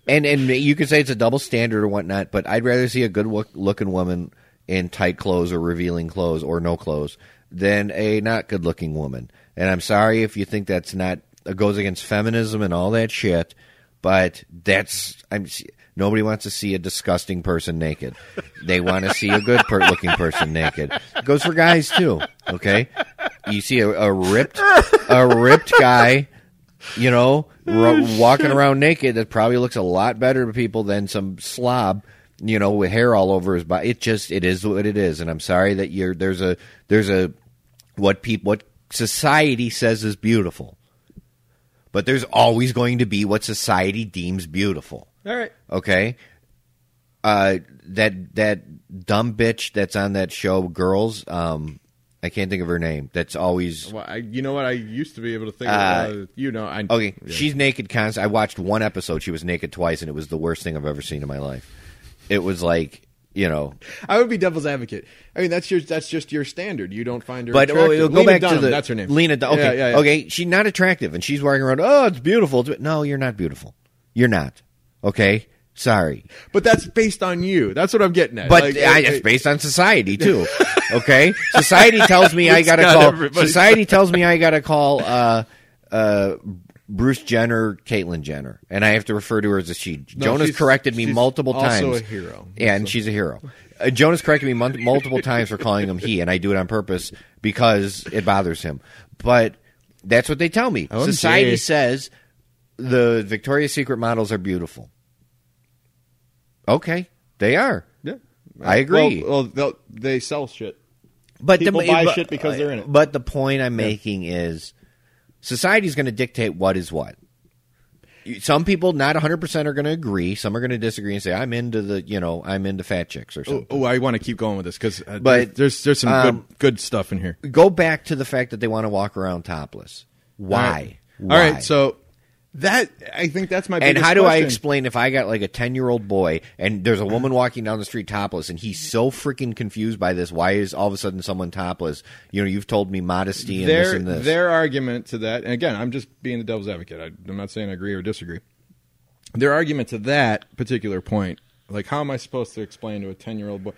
and and you could say it's a double standard or whatnot, but I'd rather see a good look, looking woman in tight clothes or revealing clothes or no clothes than a not good looking woman. And I'm sorry if you think that's not it goes against feminism and all that shit, but that's I'm nobody wants to see a disgusting person naked. They want to see a good per- looking person naked. It goes for guys too. Okay, you see a, a ripped a ripped guy you know, ro- walking around naked that probably looks a lot better to people than some slob, you know, with hair all over his body. It just it is what it is, and I'm sorry that you're there's a there's a what people what society says is beautiful, but there's always going to be what society deems beautiful.
All right.
Okay, uh, that that dumb bitch that's on that show, Girls. Um, I can't think of her name. That's always
Well, I, you know what? I used to be able to think.
Uh,
of, uh, you know, I
okay.
yeah.
She's naked constantly. I watched one episode. She was naked twice, and it was the worst thing I've ever seen in my life. It was like you know,
I would be devil's advocate. I mean, that's your that's just your standard. You don't find her.
but oh,
attractive.
it'll go
Lena
back
Dunham,
to the
that's her name.
Lena. Dun- okay,
Yeah, yeah, yeah.
okay. She's not attractive, and she's walking around. Oh, it's beautiful. It's be-" No, you're not beautiful. You're not. Okay, sorry.
But that's based on you. That's what I'm getting at.
But
Like,
I,
it-
it's
it-
based on society
<laughs>
too. Okay, society tells me I
It's
gotta
got
call.
everybody.
Society tells me I gotta call uh, uh, Bruce Jenner, Caitlyn Jenner, and I have to refer to her as a she.
No,
Jonas
she's-
corrected me
she's
multiple
also
times.
a hero.
Yeah, and she's a
<laughs>
hero. Uh, Jonas corrected me mon- multiple times for calling him he, and I do it on purpose because it bothers him. But that's what they tell me.
OMG.
Society says the Victoria's Secret models are beautiful. Okay, they are.
Yeah.
I agree.
Well, well they'll- they sell shit.
But
People
the,
buy
but-
shit because they're in it.
But the point I'm making is society's going to dictate what is what. You- Some people, not 100%, are going to agree. Some are going to disagree and say, I'm into the, you know, I'm into fat chicks or something.
Oh, oh, I want to keep going with this because uh,
But,
there's there's some
um,
good good stuff in here.
Go back to the fact that they want to walk around topless. Why?
All right. All
Why?
right. So that I think that's my.
And
biggest
how do I
question.
explain if I got like a 10 year old boy and there's a woman walking down the street topless and he's so freaking confused by this? Why is all of a sudden someone topless? You know, you've told me modesty and this
their
and this.
their argument to that? And again, I'm just being the devil's advocate. I, I'm not saying I agree or disagree. Their argument to that particular point, like how am I supposed to explain to a ten year old boy?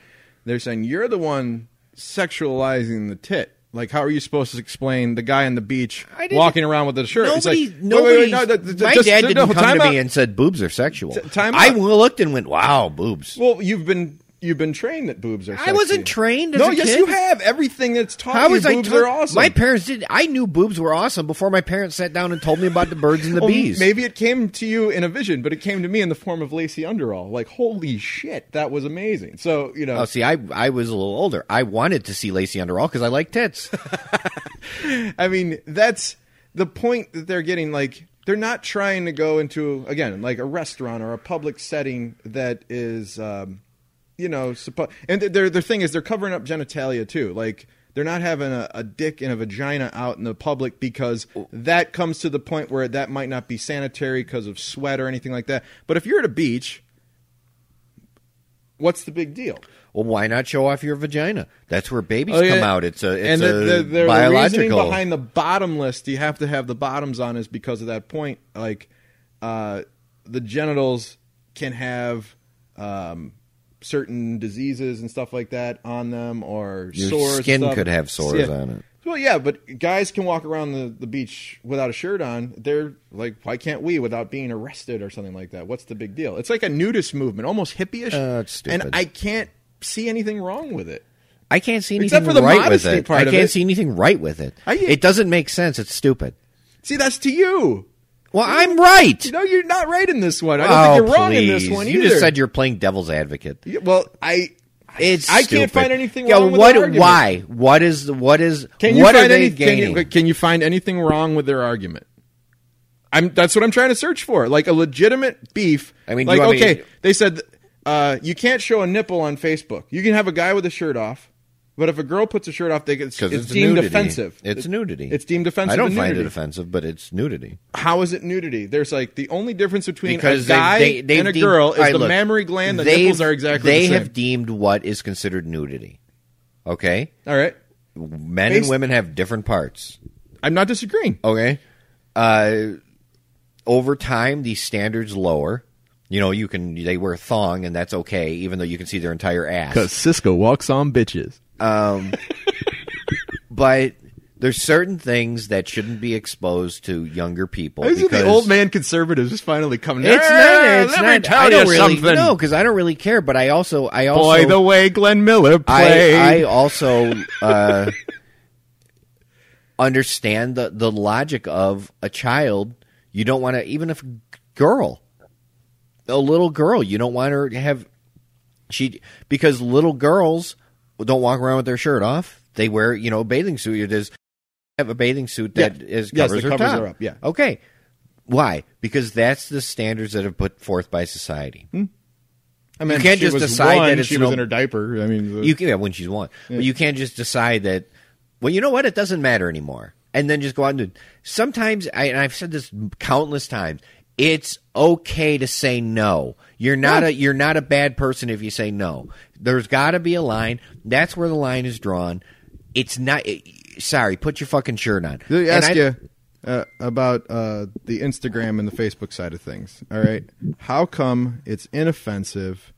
They're saying you're the one sexualizing the tit. Like, how are you supposed to explain the guy on the beach
I didn't-
walking around with a shirt? It's
Nobody,
like, wait,
nobody.
wait, wait, no, that- that-
my
just-
dad
no,
didn't come
time
to me
out.
and said boobs are sexual.
time
I
out.
looked and went, "Wow, boobs."
Well, you've been you've been trained that boobs are.
I
Sexy.
wasn't trained as
no,
a
yes,
kid.
you have everything that's taught.
How
you,
was I?
boobs
taught-
are awesome.
My parents did. I knew boobs were awesome before my parents sat down and told me about the birds and the
<laughs> Well,
bees.
Oh, Maybe it came to you in a vision, but it came to me in the form of lacy underall. Like, holy shit, that was amazing. So you know,
Oh, see, I I was a little older. I wanted to see Lacey Underall because I like tits.
<laughs> I mean, that's the point that they're getting. Like, they're not trying to go into again, like a restaurant or a public setting that is, um, you know, suppo- and th- their their thing is they're covering up genitalia too. Like, they're not having a, a dick and a vagina out in the public because that comes to the point where that might not be sanitary because of sweat or anything like that. But if you're at a beach. What's the big deal?
well, why not show off your vagina? That's where babies
Oh, yeah.
come out. It's a it's
and the, the,
a
the,
biological.
reasoning behind the bottom list you have to have the bottoms on is because of that point like uh, the genitals can have um, certain diseases and stuff like that on them or
Your
sores and
skin
stuff.
could have sores
Yeah.
on it.
well yeah but guys can walk around the, the beach without a shirt on they're like why can't we without being arrested or something like that what's the big deal it's like a nudist movement almost hippie-ish
Uh, it's
and
stupid.
i can't see anything wrong with it
I can't see anything
Except for the
right with
modesty
it.
part
I
of
can't
it.
see anything right with it.
I-
it doesn't make sense. It's stupid.
see that's to you
Well, I'm right.
No, you're not right in this one. I don't think you're wrong in this
Oh, please.
one
You
either.
just said you're playing devil's advocate.
Yeah, Well, I.
It's
I can't
stupid.
find anything
Yeah,
wrong with
what?
their argument.
Why? What is? the- What is?
Can you
what are
find
they
any- can you-
gaining?
can you find anything wrong with their argument? I'm. That's what I'm trying to search for. Like a legitimate beef.
I mean, do
like
you want me
okay,
to-
they said uh, you can't show a nipple on Facebook. You can have a guy with a shirt off, but if a girl puts a shirt off, they get it's,
'Cause
deemed
nudity.
offensive.
It's
It-
nudity.
It's deemed offensive.
I don't
and
find
nudity.
it offensive, but it's nudity.
How is it nudity? There's like the only difference between
Because
a
they-
guy
they, they,
and a
deemed-
girl is
all right,
the
look,
mammary gland. The
they've-
nipples are exactly
They
the same.
have deemed what is considered nudity. Okay,
All right,
men and
Based-
women have different parts.
I'm not disagreeing.
Okay. Uh, over time, these standards lower. You know, you can they wear a thong, and that's okay, even though you can see their entire ass. Um,
Cisco walks on bitches. <laughs>
But there's certain things that shouldn't be exposed to younger people.
These are
because
the old man conservatives just finally coming.
It's not.
"Hey,
It's
let
not.
me tell
I don't
you
really
something.
know because I don't really care. But I also, I also,
Boy, the way Glenn Miller played.
I, I also uh, understand the, the logic of a child. You don't want to, even if girl, a little girl, you don't want her to have she because little girls don't walk around with their shirt off. They wear you know a bathing suit. It is have a bathing suit that
Yeah.
is
Yes,
covers
the
her
covers
top.
are up, yeah.
Okay. Why? Because that's the standards that are put forth by society.
I mean,
you can't
she
just
was
decide
one,
that it's
she
an
was
ob-
in her diaper. I mean, the-
You can, yeah, when she's one, but you can't just decide that. Well, you know what? It doesn't matter anymore, and then just go out and. do- Sometimes, I, and I've said this countless times. It's okay to say no. You're not a you're not a bad person if you say no. There's got to be a line. That's where the line is drawn. It's not. It, sorry, put your fucking shirt on.
Let me
And
ask
I-
you uh, about uh, the Instagram and the Facebook side of things. All right, how come it's inoffensive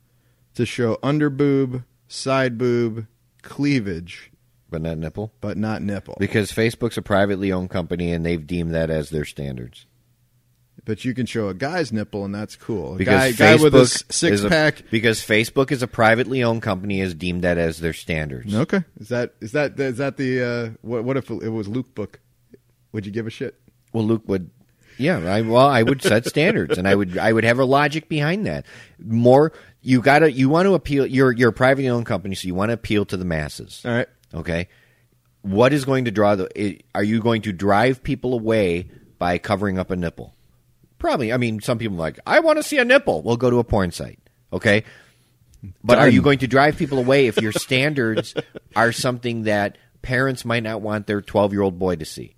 to show under boob, side boob, cleavage,
but not nipple,
but not nipple?
because Facebook's a privately owned company and they've deemed that as their standards.
but you can show a guy's nipple, and that's cool. A guy,
Because
guy with a
Facebook
s- six
is a-
pack.
because Facebook is a privately owned company, has deemed that as their standards.
Okay, is that is that is that the uh, what? What if it was Luke book? Would you give a shit?
Well, Luke would. Yeah, I, well, I would set standards, and I would I would have a logic behind that. More, you gotta you want to appeal. You're you're a privately owned company, so you want to appeal to the masses.
All right.
Okay, what is going to draw the? i- Are you going to drive people away by covering up a nipple? Probably. I mean, some people are like I want to see a nipple. Well, go to a porn site. Okay, but are you going to drive people away if your standards <laughs> are something that parents might not want their twelve year old boy to see?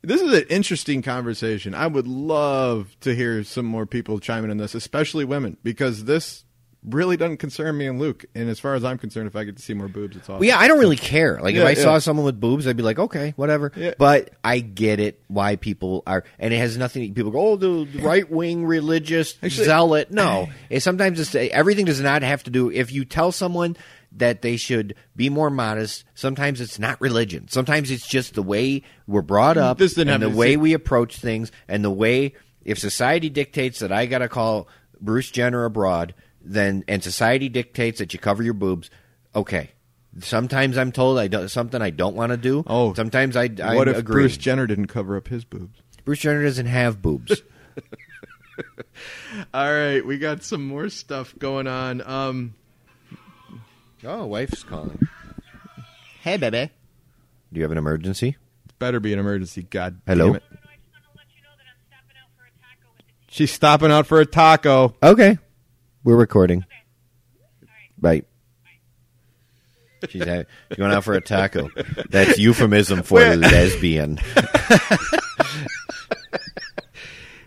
This is an interesting conversation. I would love to hear some more people chime in on this, especially women, because this really doesn't concern me and Luke. And as far as I'm concerned, if I get to see more boobs, it's awesome.
Well, yeah, I don't really care. Like if
Yeah,
I saw
yeah.
someone with boobs, I'd be like, okay, whatever.
Yeah.
But I get it why people are, and it has nothing. People go, oh, the right wing
<laughs>
religious zealot. No, it sometimes it's, everything does not have to do. If you tell someone that they should be more modest, sometimes it's not religion. Sometimes it's just the way we're brought up,
Mm, This didn't
and the
have to-
way we approach things, and the way if society dictates that I got to call Bruce Jenner abroad, then and society dictates that you cover your boobs. Okay. Sometimes I'm told I don't, something I don't want to do.
Oh.
sometimes I, I
what if
agree.
Bruce Jenner didn't cover up his boobs?
Bruce Jenner doesn't have
<laughs>
boobs.
All right, we got some more stuff going on. Um,
oh, wife's calling. Hey, baby. Do you have an emergency?
better be an emergency. God
Hello?
damn it. She's stopping out for a taco.
Okay, we're recording. Bye. She's, ha- she's going out for a taco. That's euphemism for lesbian.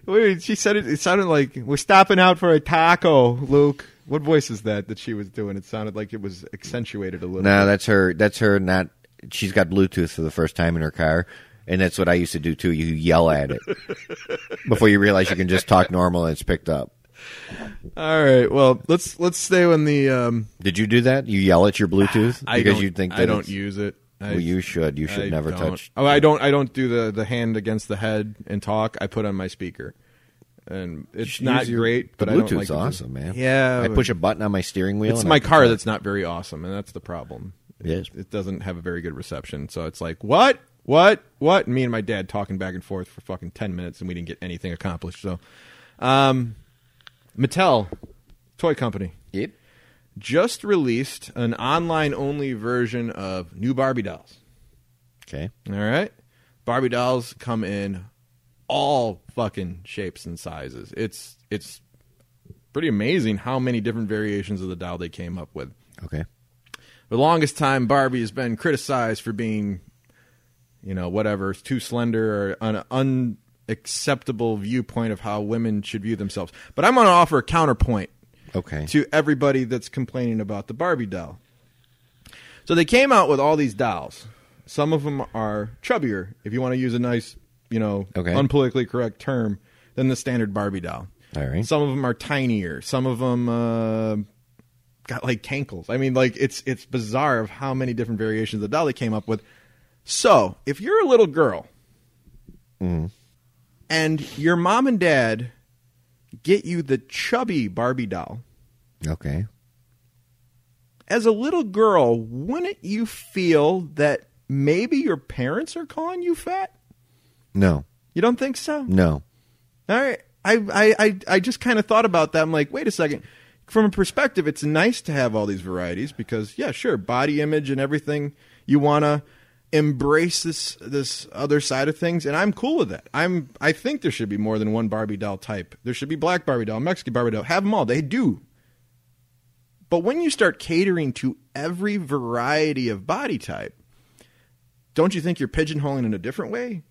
Wait, she said it. It sounded like we're stopping out for a taco, Luke. What voice is that that she was doing? It sounded like it was accentuated a little.
No,
bit.
that's her. That's her. Not. She's got Bluetooth for the first time in her car, and that's what I used to do too. You yell at
<laughs>
it before you realize you can just talk normal and it's picked up.
All right. Well, let's let's stay on the. Um,
Did you do that? You yell at your Bluetooth
<sighs> I
because
don't-
you think that
I don't
it's-
use it. I,
Well, you should. You should
I
never
don't.
touch.
Oh, I don't. I don't do the the hand against the head and talk. I put on my speaker, and it's
should
not
use your-
great.
The
But I don't
Bluetooth's
like to do-
awesome, man.
Yeah,
I
but
push a button on my steering wheel.
It's
and
my
I-
car that's not very awesome, and that's the problem.
Yes.
It doesn't have a very good reception, so it's like what, what, what? And me and my dad talking back and forth for fucking ten minutes, and we didn't get anything accomplished. So, um, Mattel, toy company,
Yep.
just released an online only version of new Barbie dolls.
Okay.
All right. Barbie dolls come in all fucking shapes and sizes. It's it's pretty amazing how many different variations of the doll they came up with.
Okay.
For the longest time Barbie has been criticized for being you know, whatever, too slender or an unacceptable viewpoint of how women should view themselves. But I'm going to offer a counterpoint
Okay.
to everybody that's complaining about the Barbie doll. So they came out with all these dolls. Some of them are chubbier, if you want to use a nice, you know,
Okay.
unpolitically correct term, than the standard Barbie doll.
All right.
Some of them are tinier. Some of them uh, got like cankles. I mean, like it's it's bizarre of how many different variations of the doll they came up with. So if you're a little girl, and your mom and dad get you the chubby Barbie doll,
Okay.
as a little girl, wouldn't you feel that maybe your parents are calling you fat?
No.
You don't think so?
No.
All right. I I I, I just kind of thought about that. I'm like, wait a second. From a perspective, it's nice to have all these varieties because yeah, sure, body image and everything. You want to embrace this this other side of things, and I'm cool with that. I'm I think there should be more than one Barbie doll type. There should be black Barbie doll, Mexican Barbie doll. Have them all. They do. But when you start catering to every variety of body type, don't you think you're pigeonholing in a different way?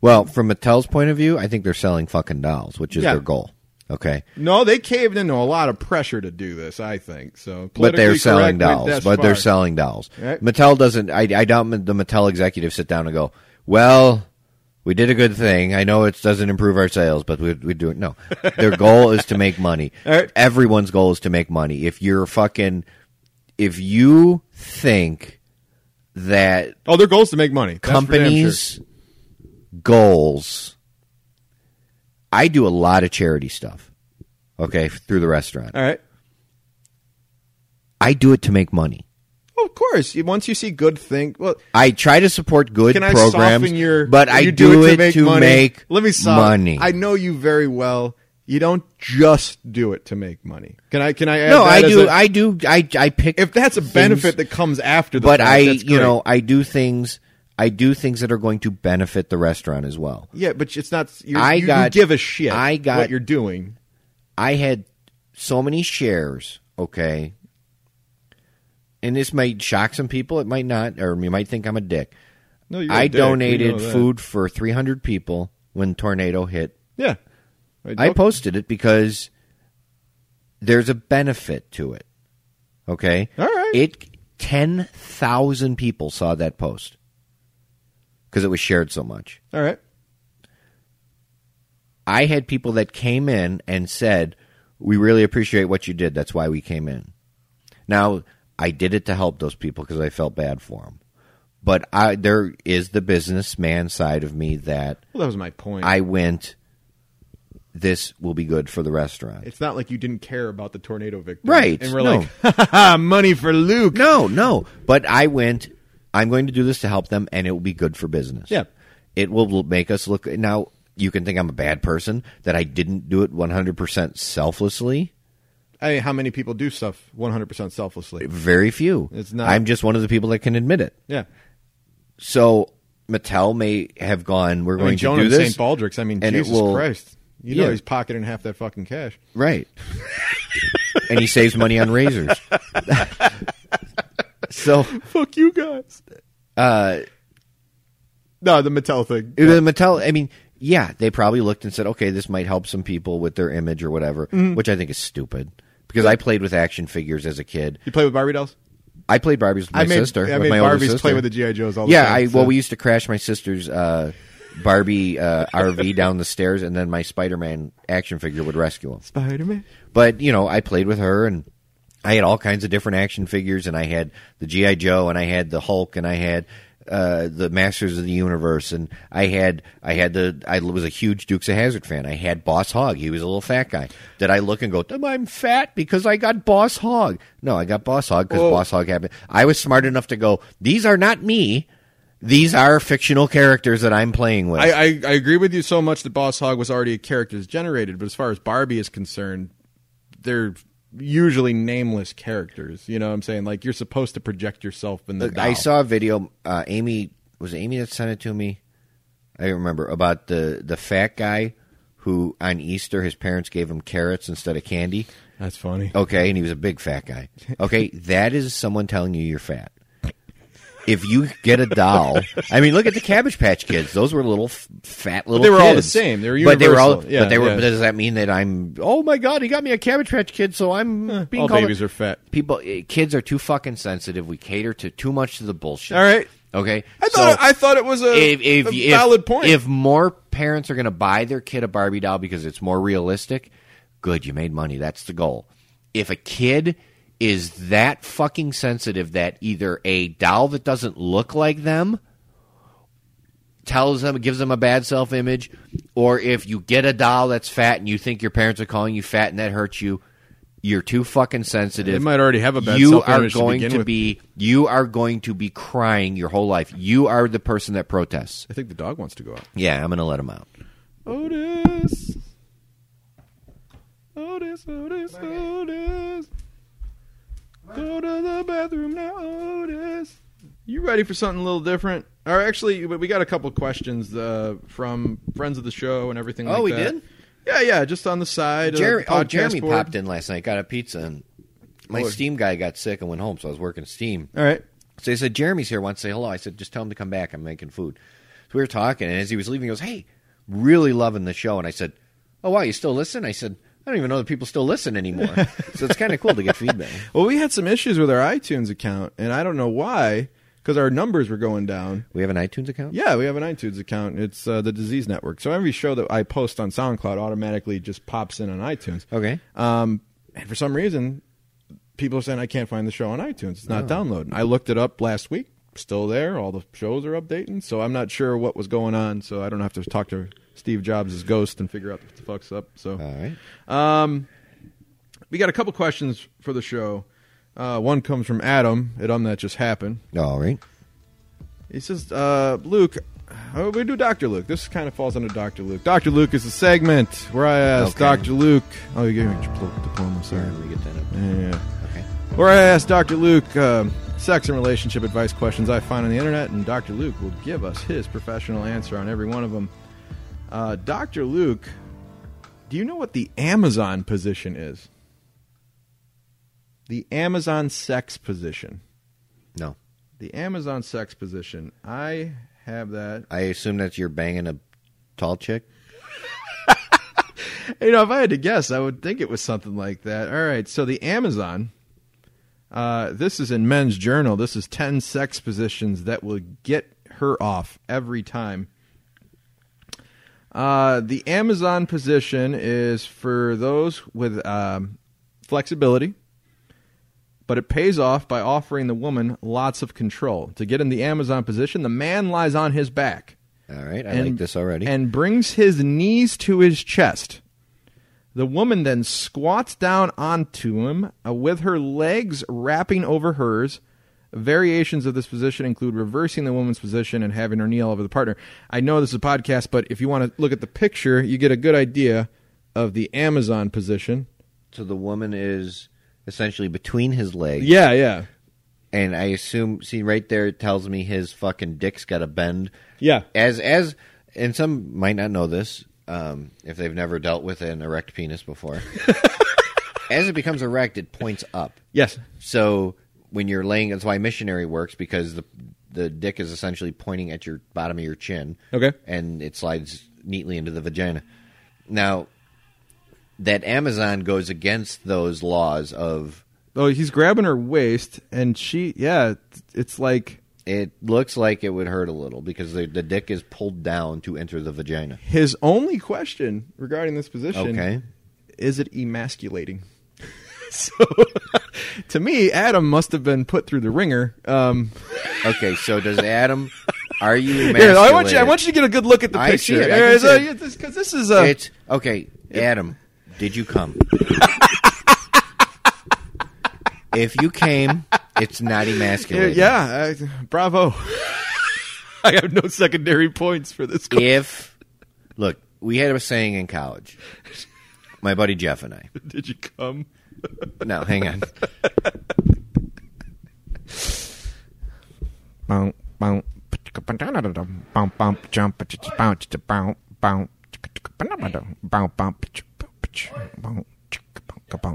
Well, from Mattel's point of view, I think they're selling fucking dolls, which is
Yeah.
their goal. Okay.
No, they caved into a lot of pressure to do this, I think. So,
But they're
politically
selling
correct went
dolls.
this
But they're
far.
selling dolls.
Right.
Mattel doesn't. I, I doubt the Mattel executives sit down and go, "Well, we did a good thing. I know it doesn't improve our sales, but we we do it."
<laughs>
No, their goal is to make money.
Right.
Everyone's goal is to make money. If you're fucking, if you think that
Oh, their goal is to make money. That's for damn sure.
companies' goals. I do a lot of charity stuff, okay, through the restaurant.
All right.
I do it to make money.
Well, of course. You- Once you see good thing, well,
I try to support good
can I
programs,
soften your?
but I
you
do, it to make
money. Let me soften.
money.
I know you very well. You don't just do it to make money. Can I? Can I? Add
no,
that
I
as
do,
a-
I do. I I pick
if that's a
things,
benefit that comes after, the
but
fact,
I,
that's
you
great.
know, I do things. I do things that are going to benefit the restaurant as well.
yeah, but it's not. You're,
I
you- you
got-
give a shit.
I got-
what you're doing.
I had so many shares, okay, and this might shock some people. It might not, or you might think I'm a dick.
No, you're a
I
dick. We
donated
know that.
food for 300 people when tornado hit.
Yeah,
I
don't-
posted it because there's a benefit to it. Okay,
All right.
It 10,000 people saw that post because it was shared so much.
All right.
I had people that came in and said, "We really appreciate what you did. That's why we came in." Now, I did it to help those people because I felt bad for them. But I, there is the businessman side of me that
Well, that was my point.
I went. This will be good for the restaurant.
it's not like you didn't care about the tornado victim,
Right,
And we're
no.
like, <laughs> ha, ha, money for Luke.
No, no. But I went. I'm going to do this to help them, and it will be good for business.
Yeah.
It will will make us look. Now you can think I'm a bad person that I didn't do it 100 percent selflessly.
I mean, how many people do stuff 100% selflessly?
Very few.
It's not-
I'm just one of the people that can admit it.
Yeah.
So Mattel may have gone. We're
I
going
mean, Jonah
to do
and
this.
St. Baldrick's. I mean,
and it
Jesus
will-
Christ. You
Yeah.
know he's pocketing half that fucking cash.
Right. <laughs> and he saves money on
<laughs>
razors. so
Fuck you guys.
uh,
No, the Mattel thing.
The Mattel, I mean, yeah, they probably looked and said, okay, this might help some people with their image or whatever,
Mm-hmm.
which I think is stupid because I played with action figures as a kid.
You play with Barbie dolls?
I played Barbies with my
I made,
sister.
I
with
made
my older
Barbies
sister.
play with the G.I. Joes all the
yeah,
time.
I,
so-
well, we used to crash my sister's uh, Barbie uh, RV down the stairs, and then my Spider Man action figure would rescue him.
Spider-Man.
But you know, I played with her, and I had all kinds of different action figures, and I had the GI Joe, and I had the Hulk, and I had uh, the Masters of the Universe, and I had I had the I was a huge Dukes of Hazard fan. I had Boss Hog. He was a little fat guy. Did I look and go, "Damn, I'm fat because I got Boss Hog? No, I got Boss Hog because
Whoa.
Boss Hog happened. I was smart enough to go, these are not me. These are fictional characters that I'm playing with.
I, I, I agree with you so much that Boss Hog was already a character that's generated, but as far as Barbie is concerned, they're usually nameless characters. You know what I'm saying? Like, you're supposed to project yourself in the
I
doll.
saw a video. Uh, Amy was it Amy that sent it to me. I don't remember about the the fat guy who on Easter his parents gave him carrots instead of candy.
That's funny.
Okay, and he was a big fat guy.
<laughs>
Okay, that is someone telling you you're fat. If you get a doll, I mean, look at the Cabbage Patch Kids. Those were little f- fat little.
they were all the
kids.
same. They were
but they were all.
universal. Yeah,
but they were.
yeah.
But does that mean that I'm? Oh my God, he got me a Cabbage Patch Kid, so I'm being
All
called a-
babies are fat.
people eh, kids are too fucking sensitive we cater to too much to the bullshit
All right.
okay
I thought I thought it was a,
if, if,
a
if-
valid point.
if more parents are going to buy their kid a barbie doll because it's more realistic good you made money that's the goal if a kid is that fucking sensitive that either a doll that doesn't look like them tells them gives them a bad self image or if you get a doll that's fat and you think your parents are calling you fat and that hurts you you're too fucking sensitive
They might already have a bad
you are
self-image to
going
begin
to
with.
be you are going to be crying your whole life you are the person that protests
I think the dog wants to go out.
yeah i'm gonna let him out
Otis. Otis, Otis, Otis. Go to the bathroom now, Otis. You ready for something a little different? Or actually, we we got a couple questions uh, from friends of the show and everything.
Oh,
like
we
that.
did?
Yeah, yeah, just on the side.
Jeremy,
of the podcast
oh, Jeremy
board.
popped in last night, got a pizza, and my
Lord.
Steam guy got sick and went home, so I was working Steam.
All right.
So he said, Jeremy's here, wants to say hello. I said, just tell him to come back. I'm making food. So we were talking, and as he was leaving, he goes, Hey, really loving the show. And I said, Oh, wow, you still listen? I said, I don't even know that people still listen anymore. so it's kind of cool to get
<laughs>
feedback.
Well, we had some issues with our iTunes account, and I don't know why, because our numbers were going down.
We have an iTunes account?
Yeah, we have an iTunes account. It's uh, the Disease Network. So every show that I post on SoundCloud automatically just pops in on iTunes.
Okay.
Um, and for some reason, people are saying I can't find the show on iTunes. It's not downloading. I looked it up last week. Still there. All the shows are updating. So I'm not sure what was going on. So I don't have to talk to Steve Jobs' ghost and figure out what the fuck's up. So
All right.
we got a couple questions for the show. Uh, one comes from Adam at Um That Just Happened.
All right.
He says, uh, Luke, oh, we do Dr. Luke. This kind of falls under Dr. Luke. Dr. Luke is a segment where I ask
Okay.
Dr. Luke. Oh, you gave me a dipl- diploma, sorry.
Let me get that up.
Yeah.
Okay.
Where I ask Dr. Luke um, sex and relationship advice questions I find on the internet, and Dr. Luke will give us his professional answer on every one of them. Uh, Dr. Luke, do you know what the Amazon position is? The Amazon sex position.
No.
The Amazon sex position. I have that.
I assume that's you're banging a tall chick?
You know, if I had to guess, I would think it was something like that. All right, so the Amazon. Uh, this is in Men's Journal. This is ten sex positions that will get her off every time. Uh, the Amazon position is for those with um, flexibility, but it pays off by offering the woman lots of control. To get in the Amazon position, the man lies on his back
All right. I
and-
like this already.
And brings his knees to his chest. The woman then squats down onto him uh, with her legs wrapping over hers. Variations of this position include reversing the woman's position and having her kneel over the partner. I know this is a podcast, but if you want to look at the picture, you get a good idea of the Amazon position.
so the woman is essentially between his legs.
Yeah, yeah.
and I assume see right there it tells me his fucking dick's got to bend.
Yeah.
As as and some might not know this um, if they've never dealt with an erect penis before. as it becomes erect, it points up.
Yes.
So when you're laying, that's why missionary works because the the dick is essentially pointing at your bottom of your chin.
Okay.
and it slides neatly into the vagina. Now that Amazon goes against those laws of
Oh, he's grabbing her waist, and she, yeah, it's like.
It looks like it would hurt a little because the, the dick is pulled down to enter the vagina.
His only question regarding this position
Okay.
is it emasculating? <laughs> so, <laughs> to me, Adam must have been put through the ringer. Um, <laughs>
Okay, so does Adam? Are you?
here, I want
emasculated?
you. I want you to get a good look at the
I see
picture.
it. I can
Because
see it.
this is a.
It's okay, Adam. Did you
<laughs>
come? if you came, it's not emasculating.
yeah, I, bravo. <laughs> I have no secondary points for this. question.
If look, we had a saying in college. My buddy Jeff and I.
Did you come?
No, hang on.
bounce, bounce, bounce, bounce, jump, bounce, bounce, bounce, bounce, bounce, bounce.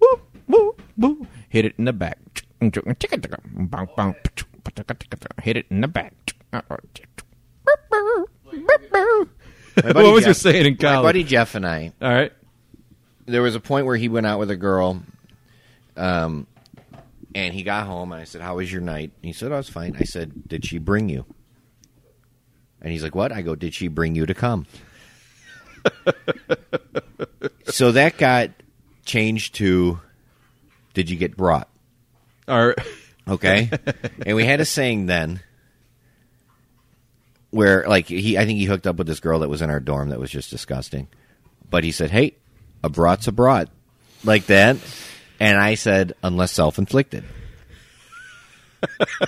Woo, woo, woo.
Hit it in the back. Hit it in the back.
My buddy
What was
Jeff-
your saying in
My
college?
buddy Jeff and I.
All right.
there was a point where he went out with a girl, um, and he got home, and I said, "How was your night?" And he said, "I was fine." I said, "Did she bring you?" And he's like, "What?" I go, "Did she bring you to come?" so that got changed to, "Did you get brought?"
All right.
Okay. and we had a saying then where like he I think he hooked up with this girl that was in our dorm that was just disgusting. But he said, Hey, a brat's a brat like that and I said, unless self inflicted.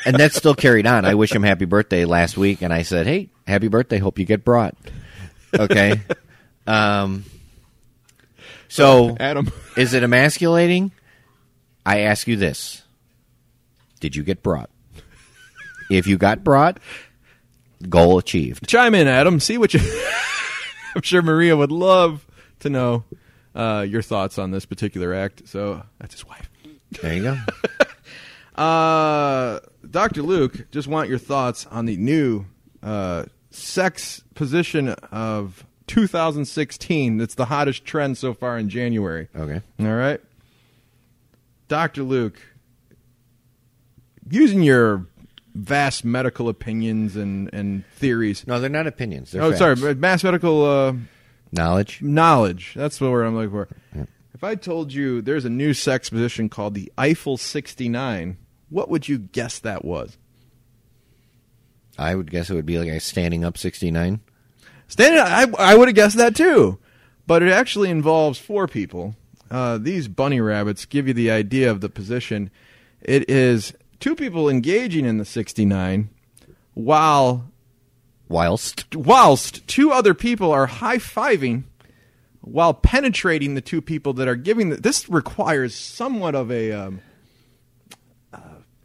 and that still carried on. I wish him happy birthday last week and I said, Hey, happy birthday, hope you get brought. Okay. um so
Adam.
is it emasculating? I ask you this. Did you get brought? If you got brought, goal achieved.
<laughs> Chime in, Adam. See what you. I'm sure Maria would love to know uh, your thoughts on this particular act. So that's his wife.
There you go.
Uh, Dr. Luke, just want your thoughts on the new uh, sex position of 2016. That's the hottest trend so far in January.
Okay.
All right. Dr. Luke, using your vast medical opinions and, and theories.
No, they're not opinions. They're
oh,
facts.
sorry, but mass medical uh,
Knowledge.
knowledge. That's the word I'm looking for. If I told you there's a new sex position called the Eiffel 69, what would you guess that was?
I would guess it would be like a standing up 69.
Standing, I, I would have guessed that too. But it actually involves four people. Uh, these bunny rabbits give you the idea of the position. It is two people engaging in the 69 while
Whilst.
whilst two other people are high-fiving while penetrating the two people that are giving the, this requires somewhat of a um, uh,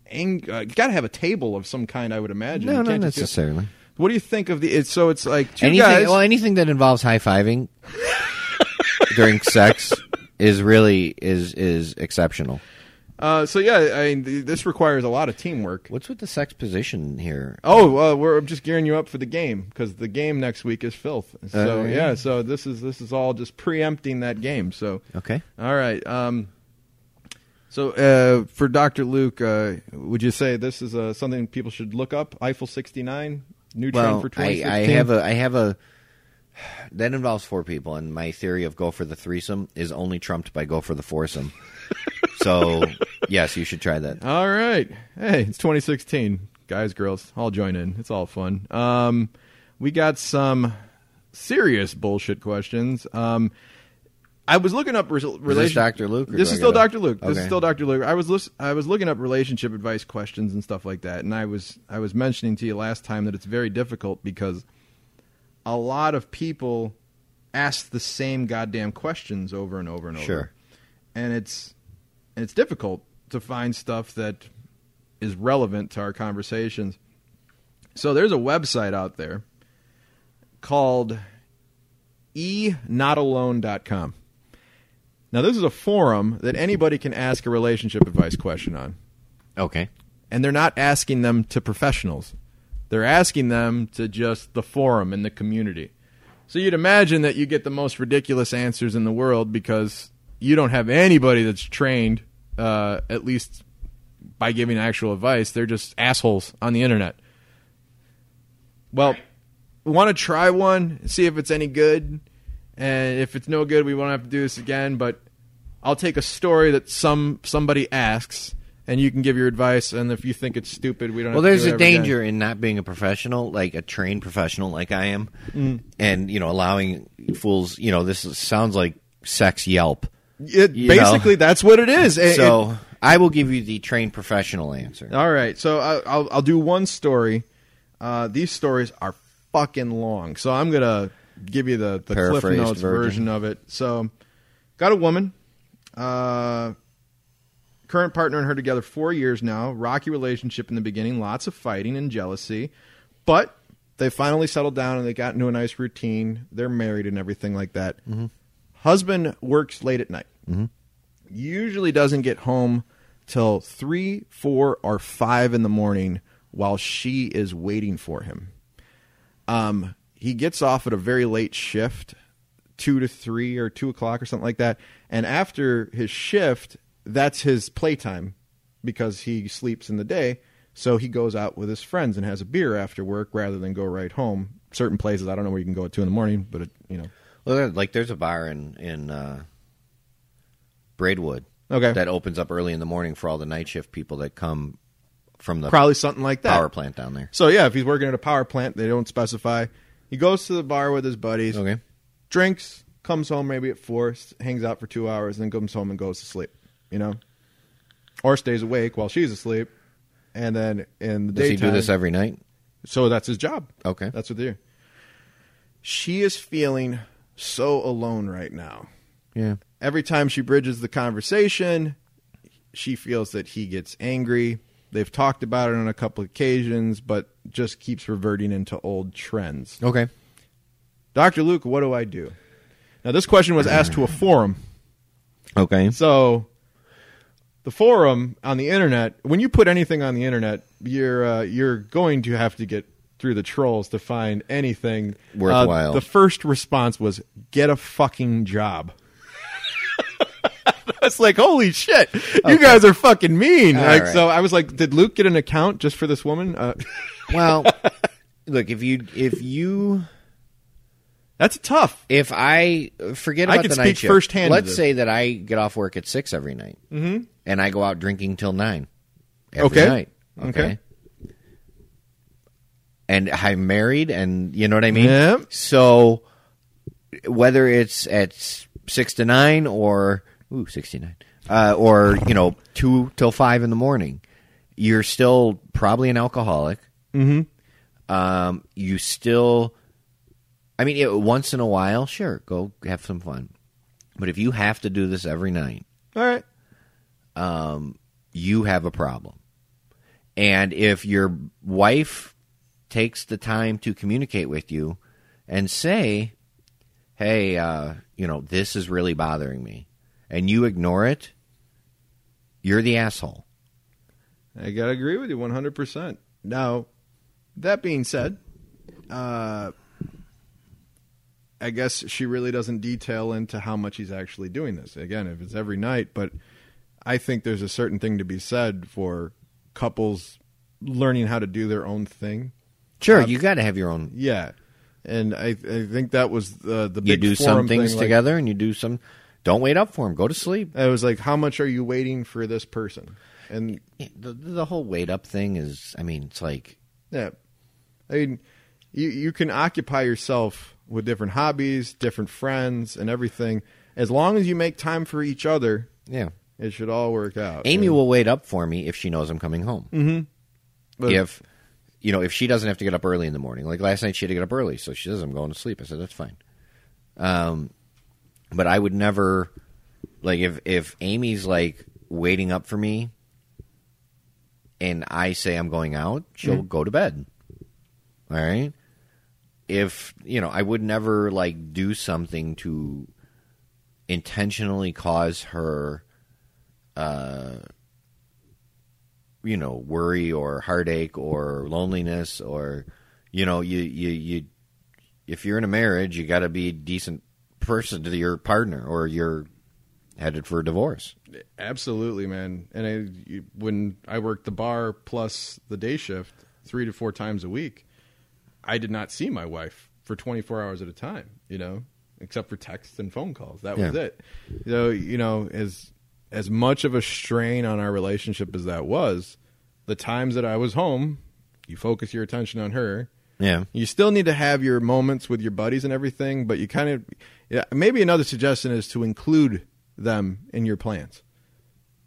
ang- uh, you got to have a table of some kind I would imagine.
No,
You
not
can't just do-
necessarily.
What do you think of the it's so it's like two
Anything,
guys
well, anything that involves high
<laughs>
fiving during sex is really is is exceptional.
Uh, so yeah, I mean, th- this requires a lot of teamwork.
What's with the sex position here?
Oh, uh, we're I'm just gearing you up for the game because the game next week is filth. So
Oh, yeah.
yeah, so this is this is all just preempting that game. So
Okay.
all right. Um, so uh, for Doctor Luke, uh, would you say this is uh, something people should look up? Eiffel sixty nine, new trend
Well,
for
I,
twenty
I
sixteen.
have a I have a <sighs> that involves four people, and my theory of go for the threesome is only trumped by go for the
<laughs>
foursome. so yes, you should try that.
All right. Hey, it's 2016. Guys, girls, all join in. It's all fun. Um, we got some serious bullshit questions. Um, I was looking up res- relationship.
Dr. Luke, or
This
do
is
I
still
gotta-
Dr. Luke. This is
Okay.
still Dr. Luke. I was lis- I was looking up relationship advice questions and stuff like that, and I was I was mentioning to you last time that it's very difficult because a lot of people ask the same goddamn questions over and over and over.
Sure.
And it's and it's difficult to find stuff that is relevant to our conversations. So there's a website out there called e enotalone.com. Now this is a forum that anybody can ask a relationship advice question on
Okay.
and they're not asking them to professionals. They're asking them to just the forum and the community. So you'd imagine that you get the most ridiculous answers in the world because you don't have anybody that's trained, uh, at least by giving actual advice. They're just assholes on the internet. Well, we want to try one, see if it's any good, and if it's no good, we won't have to do this again. But I'll take a story that some somebody asks, and you can give your advice. And if you think it's stupid, we don't.
Well,
have
there's
to
a
do it ever again.
danger in not being a professional, like a trained professional, like I am,
Mm.
and you know, allowing fools. You know, this is- sounds like sex Yelp.
It,
you
basically,
know.
that's what it is. It-
so I will give you the trained professional answer.
All right, so I, I'll I'll do one story. Uh, these stories are fucking long, so I'm gonna give you the the Cliff
Paraphrased
Notes
version.
version of it. So, got a woman, uh, current partner and her together four years now. Rocky relationship in the beginning, lots of fighting and jealousy, but they finally settled down and they got into a nice routine. They're married and everything like that.
Mm-hmm.
Husband works late at night usually doesn't get home till three, four, or five in the morning while she is waiting for him. Um, he gets off at a very late shift, two to three or two o'clock or something like that. And after his shift, that's his playtime because he sleeps in the day. So he goes out with his friends and has a beer after work rather than go right home. Certain places I don't know where you can go at two in the morning, but it, you know.
Well, there- like there's a bar in in uh, Braidwood,
Okay.
that opens up early in the morning for all the night shift people that come from the
Probably something like that.
power plant down there.
So yeah, if he's working at a power plant, they don't specify. He goes to the bar with his buddies,
Okay.
drinks, comes home maybe at four, s- hangs out for two hours, and then comes home and goes to sleep. You know, or stays awake while she's asleep, and then in the
Does
daytime.
he do this every night?
so that's his job.
Okay.
that's what they do. She is feeling so alone right now.
Yeah.
Every time she bridges the conversation, she feels that he gets angry. They've talked about it on a couple occasions, but just keeps reverting into old trends.
Okay.
Dr. Luke, what do I do? Now, this question was asked to a forum.
Okay.
So, the forum on the internet, when you put anything on the internet, you're uh, you're going to have to get through the trolls to find anything Uh,
Worthwhile.
the first response was "Get a fucking job." <laughs> That's like holy shit! You guys are fucking mean.
All
Like,
right.
So I was like, "Did Luke get an account just for this woman?" Uh, <laughs>
Well, <laughs> look if you if you
that's tough.
if I forget
I
about
could
the
speak
night shift,
firsthand to
Let's
this.
say that I get off work at six every night, mm-hmm. and I go out drinking till nine. Every
Okay.
Night, okay.
Okay.
And I'm married, and you know what I mean.
Yep.
So whether it's at six to nine or ooh sixty nine, uh, or you know two till five in the morning, you're still probably an alcoholic. Mm-hmm. Um, you still I mean, it, once in a while, sure, go have some fun. But if you have to do this every night,
All right.
you have a problem. And if your wife takes the time to communicate with you and say, hey, uh, you know, this is really bothering me, and you ignore it, you're the asshole.
I gotta agree with you 100. percent Now, that being said, uh, I guess she really doesn't detail into how much he's actually doing this. Again, if it's every night, but I think there's a certain thing to be said for couples learning how to do their own thing.
Sure, you got to have your own.
Yeah, and I, I think that was the the
You
big
do
forum
some things
thing, like,
together and you do some. Don't wait up for him. Go to sleep.
it was like, how much are you waiting for this person? And
The, the whole wait up thing is, I mean, it's like,
Yeah, I mean, you you can occupy yourself with different hobbies, different friends, and everything. As long as you make time for each other,
yeah.
it should all work out.
Amy will wait up for me if she knows I'm coming home. Mm-hmm.
But-
if you know, if she doesn't have to get up early in the morning, like last night, she had to get up early, so she says I'm going to sleep. I said that's fine. Um, but I would never like if if Amy's like waiting up for me, and I say I'm going out, she'll
Mm-hmm.
go to bed. All right. If you know, I would never like do something to intentionally cause her you know worry or heartache or loneliness or you know you you you if you're in a marriage you got to be a decent person to your partner or you're headed for a divorce
Absolutely, man. And I, you- when I worked the bar plus the day shift three to four times a week, I did not see my wife for 24 hours at a time, you know, except for texts and phone calls. That was
Yeah.
it. So, you know, as as much of a strain on our relationship as that was, the times that I was home, you focus your attention on her.
yeah
You still need to have your moments with your buddies and everything, but you kind of yeah, maybe another suggestion is to include them in your plans.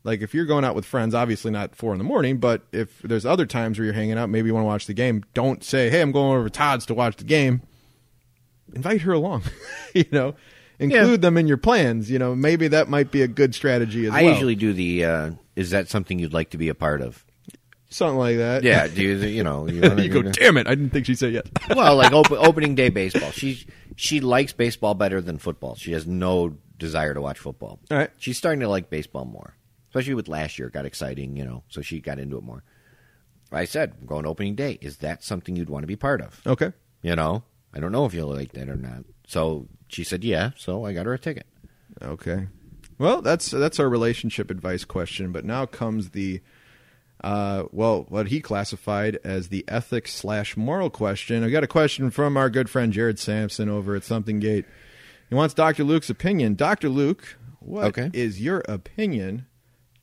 Like if you're going out with friends, obviously not four in the morning, but if there's other times where you're hanging out, maybe you want to watch the game. Don't say, "Hey, I'm going over to Todd's to watch the game." Invite her along, <laughs> you know. Include them in your plans. You know, maybe that might be a good strategy as
i
well.
usually do the uh, is that something you'd like to be a part of
something like that. <laughs>
yeah <laughs> do you you know you, wanna
you go.
do-
Damn it! I didn't think
<laughs>
she said yes.
well like op- opening day baseball she she likes baseball better than football she has no desire to watch football
All right.
she's starting to like baseball more especially with last year it got exciting you know so she got into it more i said "We're going opening day is that something you'd want to be part of
okay.
you know i don't know if you'll like that or not so she said yeah so i got her a ticket
Okay. Well, that's that's our relationship advice question, but now comes the uh, well, what he classified as the ethics slash moral question. I got a question from our good friend Jared Sampson over at Something Gate. He wants Dr. Luke's opinion. Dr. Luke, what is
Okay.
your opinion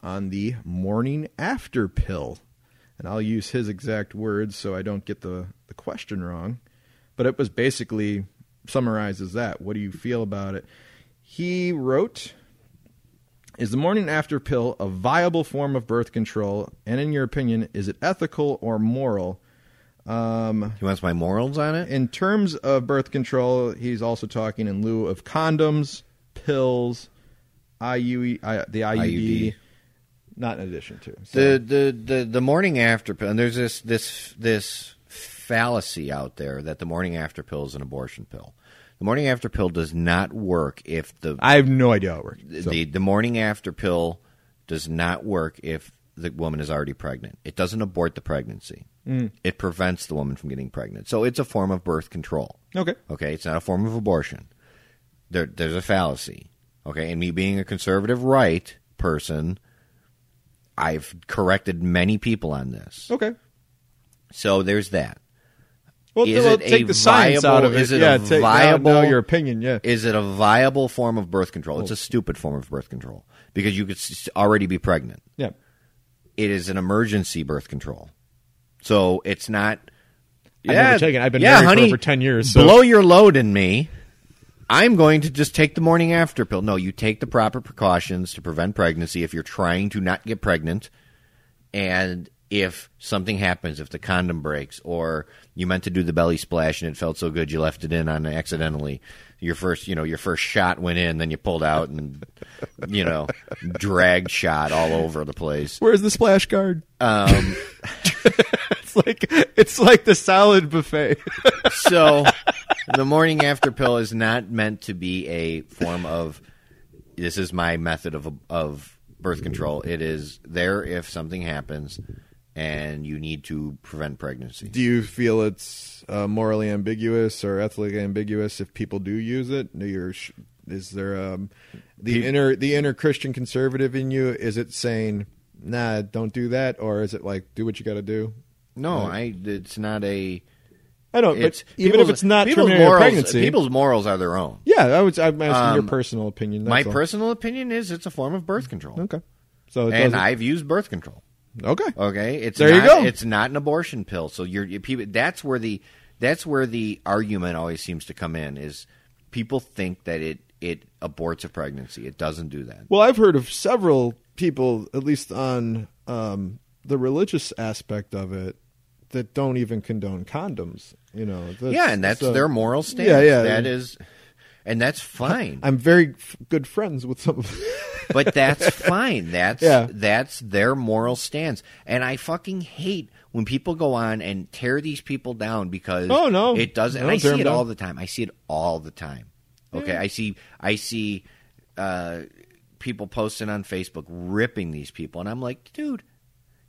on the morning after pill? And I'll use his exact words so I don't get the, the question wrong. But it was basically summarizes that. What do you feel about it? He wrote is the morning after pill a viable form of birth control? And in your opinion, is it ethical or moral?
he wants my morals on it
In terms of birth control, he's also talking in lieu of condoms, pills, IUE, I, the IUD,
IUD.
not in addition to. So,
the, the the the morning after pill and there's this this this fallacy out there that the morning after pill is an abortion pill. The The morning after pill does not work if the
I have no idea how it works. So,
the the morning after pill does not work if the woman is already pregnant. It doesn't abort the pregnancy.
Mm.
It prevents the woman from getting pregnant. So it's a form of birth control.
okay.
Okay, it's not a form of abortion. There, there's a fallacy. Okay, and me being a conservative right person, I've corrected many people on this.
Okay.
So there's that.
Well,
Is
well,
it a
take the science
viable-
out of it.
is it a
yeah, take, uh,
viable-
Now, now your opinion, yeah.
Is it a viable form of birth control? It's a stupid form of birth control because you could s- already be pregnant.
yeah. <laughs>
It is an emergency birth control, so it's not.
I've never taken it. I've been
yeah,
married for
honey,
over 10 years, so-
Blow your load in me. I'm going to just take the morning after pill. No, you take the proper precautions to prevent pregnancy if you're trying to not get pregnant, and if something happens, if the condom breaks, or you meant to do the belly splash and it felt so good you left it in on accidentally, your first, you know, your first shot went in, then you pulled out and, you know, drag shot all over the place.
Where's the splash guard?
Um,
It's like it's like the salad buffet.
so the morning after pill is not meant to be a form of this is my method of of birth control it is there if something happens and you need to prevent pregnancy
do you feel it's uh, morally ambiguous or ethically ambiguous if people do use it? Do you sh- is there um, the inner the inner Christian conservative in you? Is it saying, "Nah, don't do that," or is it like, "Do what you got to do"?
no i it's not a
I don't.
it's
But even if
people's-
it's not
people's
terminating a
morals,
pregnancy,
people's morals are their own
yeah, I was. I'm asking
Um,
your personal opinion.
my
that's all.
personal opinion is it's a form of birth control
Okay. So it
and
doesn't-
i've used birth control
okay.
Okay, it's
There you
not,
go.
It's not an abortion pill. So you're, you people. That's where the that's where the argument always seems to come in is people think that it it aborts a pregnancy. It doesn't do that.
Well, I've heard of several people, at least on um, the religious aspect of it, that don't even condone condoms. You know, that's-
yeah, and that's
so-
their moral stance.
Yeah, yeah.
That is, and that's fine.
I'm very f- good friends with some. of
but
<laughs>
that's fine. That's
Yeah.
that's their moral stance. And I fucking hate when people go on and tear these people down because
Oh, no.
it doesn't.
No,
and I
tear
see
'em
it
down.
all the time. I see it all the time. Okay, I see I see uh, people posting on Facebook ripping these people, and I'm like, dude,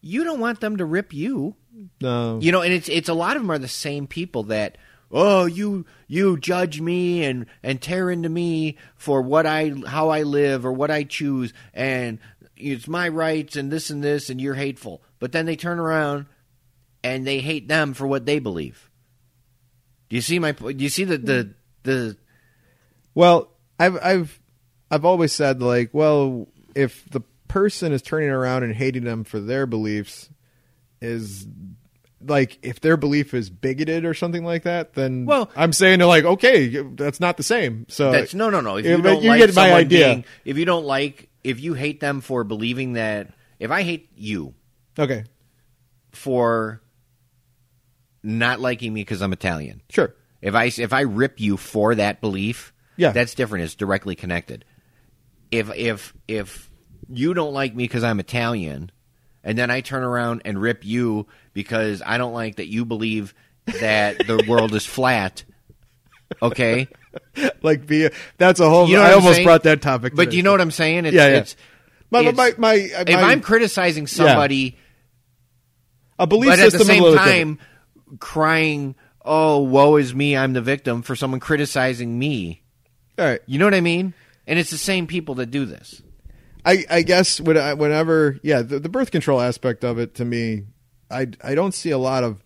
you don't want them to rip you.
<laughs> No.
You know, and it's it's a lot of them are the same people that oh you you judge me and and tear into me for what I how I live or what I choose and it's my rights and this and this and you're hateful. But then they turn around and they hate them for what they believe. Do you see my po- do you see the the the
Well, I've I've I've always said like, well, if the person is turning around and hating them for their beliefs, is like if their belief is bigoted or something like that, then
Well-
I'm saying they're like, okay, that's not the same. So
That's no, no, no. If
Yeah,
you
but
don't like
Uh, get my
someone
idea.
being, if you don't like, if you hate them for believing that, if I hate you
okay,
for not liking me because I'm Italian,
sure,
If I if I rip you for that belief,
Yeah.
that's different. It's directly connected. If if if you don't like me because I'm Italian, and then I turn around and rip you because I don't like that you believe
<laughs>
that the world is flat. Okay,
like be that's a whole.
you know what
I
I'm
almost
saying?
brought that topic,
But
today.
you know what I'm saying? It's,
Yeah, yeah.
It's,
My- my-
it's-
my- my-
if
my-
I'm criticizing somebody
a belief
but at
system
the
is a
same
little different.
time crying oh woe is me i'm the victim for someone criticizing me
All right.
you know what i mean and it's the same people that do this
I, I guess when I, whenever yeah the, the birth control aspect of it to me I, I don't see a lot of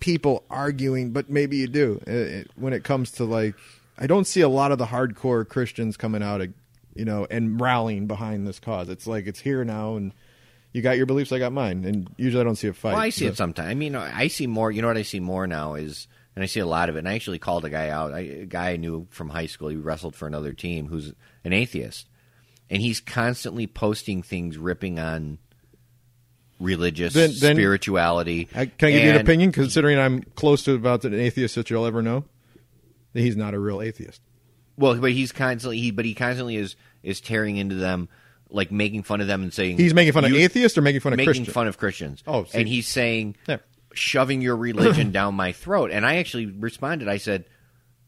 people arguing but maybe you do uh, it, when it comes to like I don't see a lot of the hardcore Christians coming out uh, you know and rallying behind this cause it's like it's here now and you got your beliefs I got mine and usually I don't see a fight
well i see
so-
it sometimes i mean i see more you know what i see more now is and i see a lot of it and i actually called a guy out I, a guy i knew from high school he wrestled for another team who's an atheist and he's constantly posting things ripping on religious
Then- then-
spirituality
I, can I give you an
And-
opinion considering I'm close to about an atheist that you'll ever know he's not a real atheist
Well, but he's constantly he, but he constantly is is tearing into them, like making fun of them and saying
he's making fun of
you-
atheists or making fun of
making
Christians
fun of Christians.
Oh, see.
and he's saying
Yeah. <clears throat>
shoving your religion down my throat. And I actually responded. I said,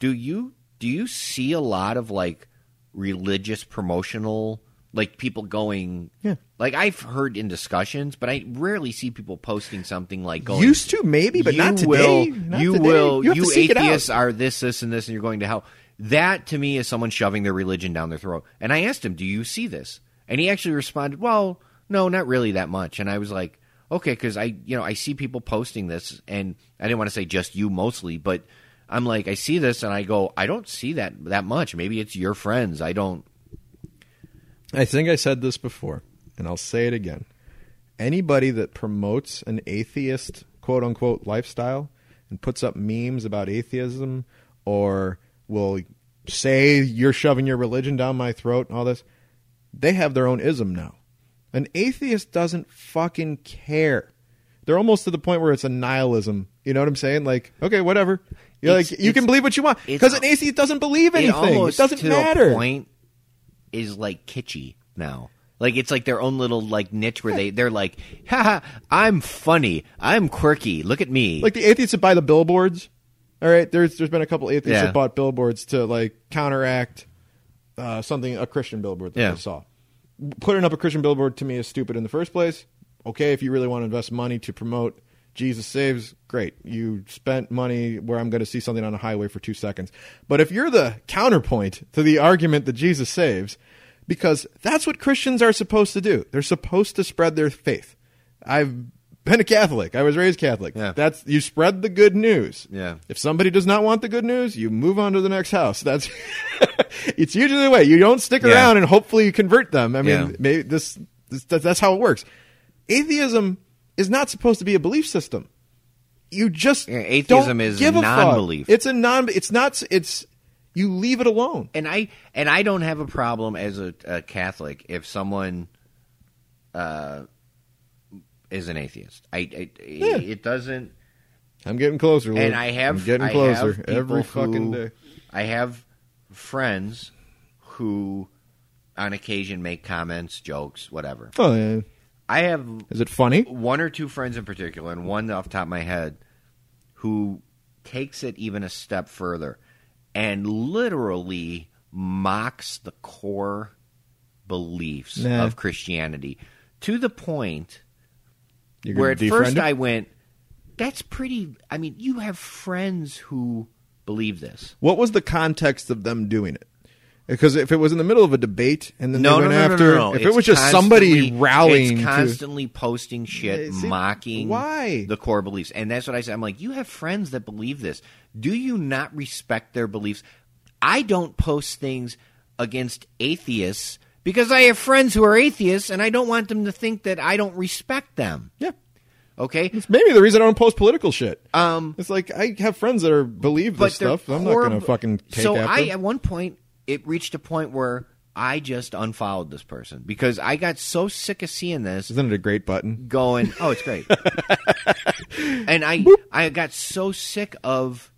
do you do you see a lot of like religious promotional like people going
Yeah.
like I've heard in discussions, but I rarely see people posting something like going
Used to maybe, but
you
not today.
Will,
Not
you
today.
will.
You
You,
have to seek it out.
atheists are this, this, and this, and you're going to hell. That to me is someone shoving their religion down their throat. And I asked him, "Do you see this?" And he actually responded, "Well, no, not really that much." And I was like, "Okay," because I, you know, I see people posting this, and I didn't want to say just you mostly, but I'm like, I see this, and I go, I don't see that that much. Maybe it's your friends. I don't.
I think I said this before, and I'll say it again. Anybody that promotes an atheist quote unquote lifestyle and puts up memes about atheism or will say you're shoving your religion down my throat and all this, they have their own ism now. An atheist doesn't fucking care. They're almost to the point where it's a nihilism. You know what I'm saying? Like, okay, whatever. You're
It's-
like, you can
it's-
believe what you want
it's-
because an atheist doesn't believe anything.
It almost
doesn't
to
matter.
A point is like kitschy now. Like it's like their own little like niche where they they're like, haha, I'm funny, I'm quirky. Look at me.
like the atheists that buy the billboards. All right, there's there's been a couple atheists
Yeah.
that bought billboards to like counteract uh, something a Christian billboard that
Yeah.
they saw. Putting up a Christian billboard to me is stupid in the first place. Okay, if you really want to invest money to promote Jesus saves, great. You spent money where I'm going to see something on a highway for two seconds. But if you're the counterpoint to the argument that Jesus saves, because that's what Christians are supposed to do, they're supposed to spread their faith. I've been a Catholic. I was raised Catholic.
Yeah.
That's you spread the good news.
Yeah.
If somebody does not want the good news, you move on to the next house. <laughs> That's it's usually the way. You don't stick
Yeah.
around and hopefully you convert them. I mean,
Yeah.
maybe this, this that, that's how it works. Atheism is not supposed to be a belief system. You just
Yeah, atheism
don't
is
give a fuck.
non-belief.
It's a non. It's not. It's you leave it alone.
and I and I don't have a problem as a, a Catholic if someone uh, is an atheist. I, I it doesn't.
I'm getting closer. Luke.
and I have
I'm getting
I
closer
have people
every fucking
who-
day.
I have friends who, on occasion, make comments, jokes, whatever.
Oh, yeah.
I have
is it funny?
one or two friends in particular, and one off the top of my head, who takes it even a step further and literally mocks the core beliefs
Nah.
of Christianity to the point
You're
where at
gonna
first
defriend
I went, that's pretty. I mean, you have friends who believe this.
What was the context of them doing it? Because if it was in the middle of a debate and then
No, no,
they went
no, no,
after,
no, no.
if it
It's
was just somebody
constantly-
rallying,
it's
to,
constantly posting shit,
Yeah, see,
mocking
why?
the core beliefs, and that's what I said. I'm like, you have friends that believe this. Do you not respect their beliefs? I don't post things against atheists because I have friends who are atheists, and I don't want them to think that I don't respect them.
yeah,
Okay,
it's maybe the reason I don't post political shit.
Um,
it's like I have friends that are believe this
they're
stuff. I'm not going
horrible-
to fucking take
so
after.
I at one point it reached a point where I just unfollowed this person because I got so sick of seeing this.
Isn't it a great button?
going, "Oh, it's great." and I I got so sick of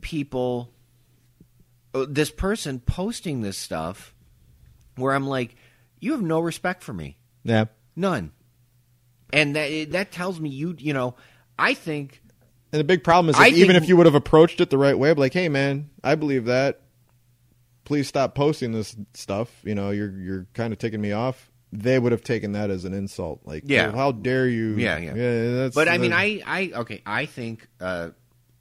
people uh, this person posting this stuff where I'm like, "You have no respect for me.
Yeah,
None." And that that tells me you, you know, I think
and the big problem is
I
like, even
think-
if you would have approached it the right way, I'd be like, hey man, I believe that. Please stop posting this stuff. You know, you're you're kind of taking me off. They would have taken that as an insult. Like,
Yeah.
"Oh, how dare you?
Yeah, yeah.
that's,
But I mean,
that's-
I, I okay, I think uh,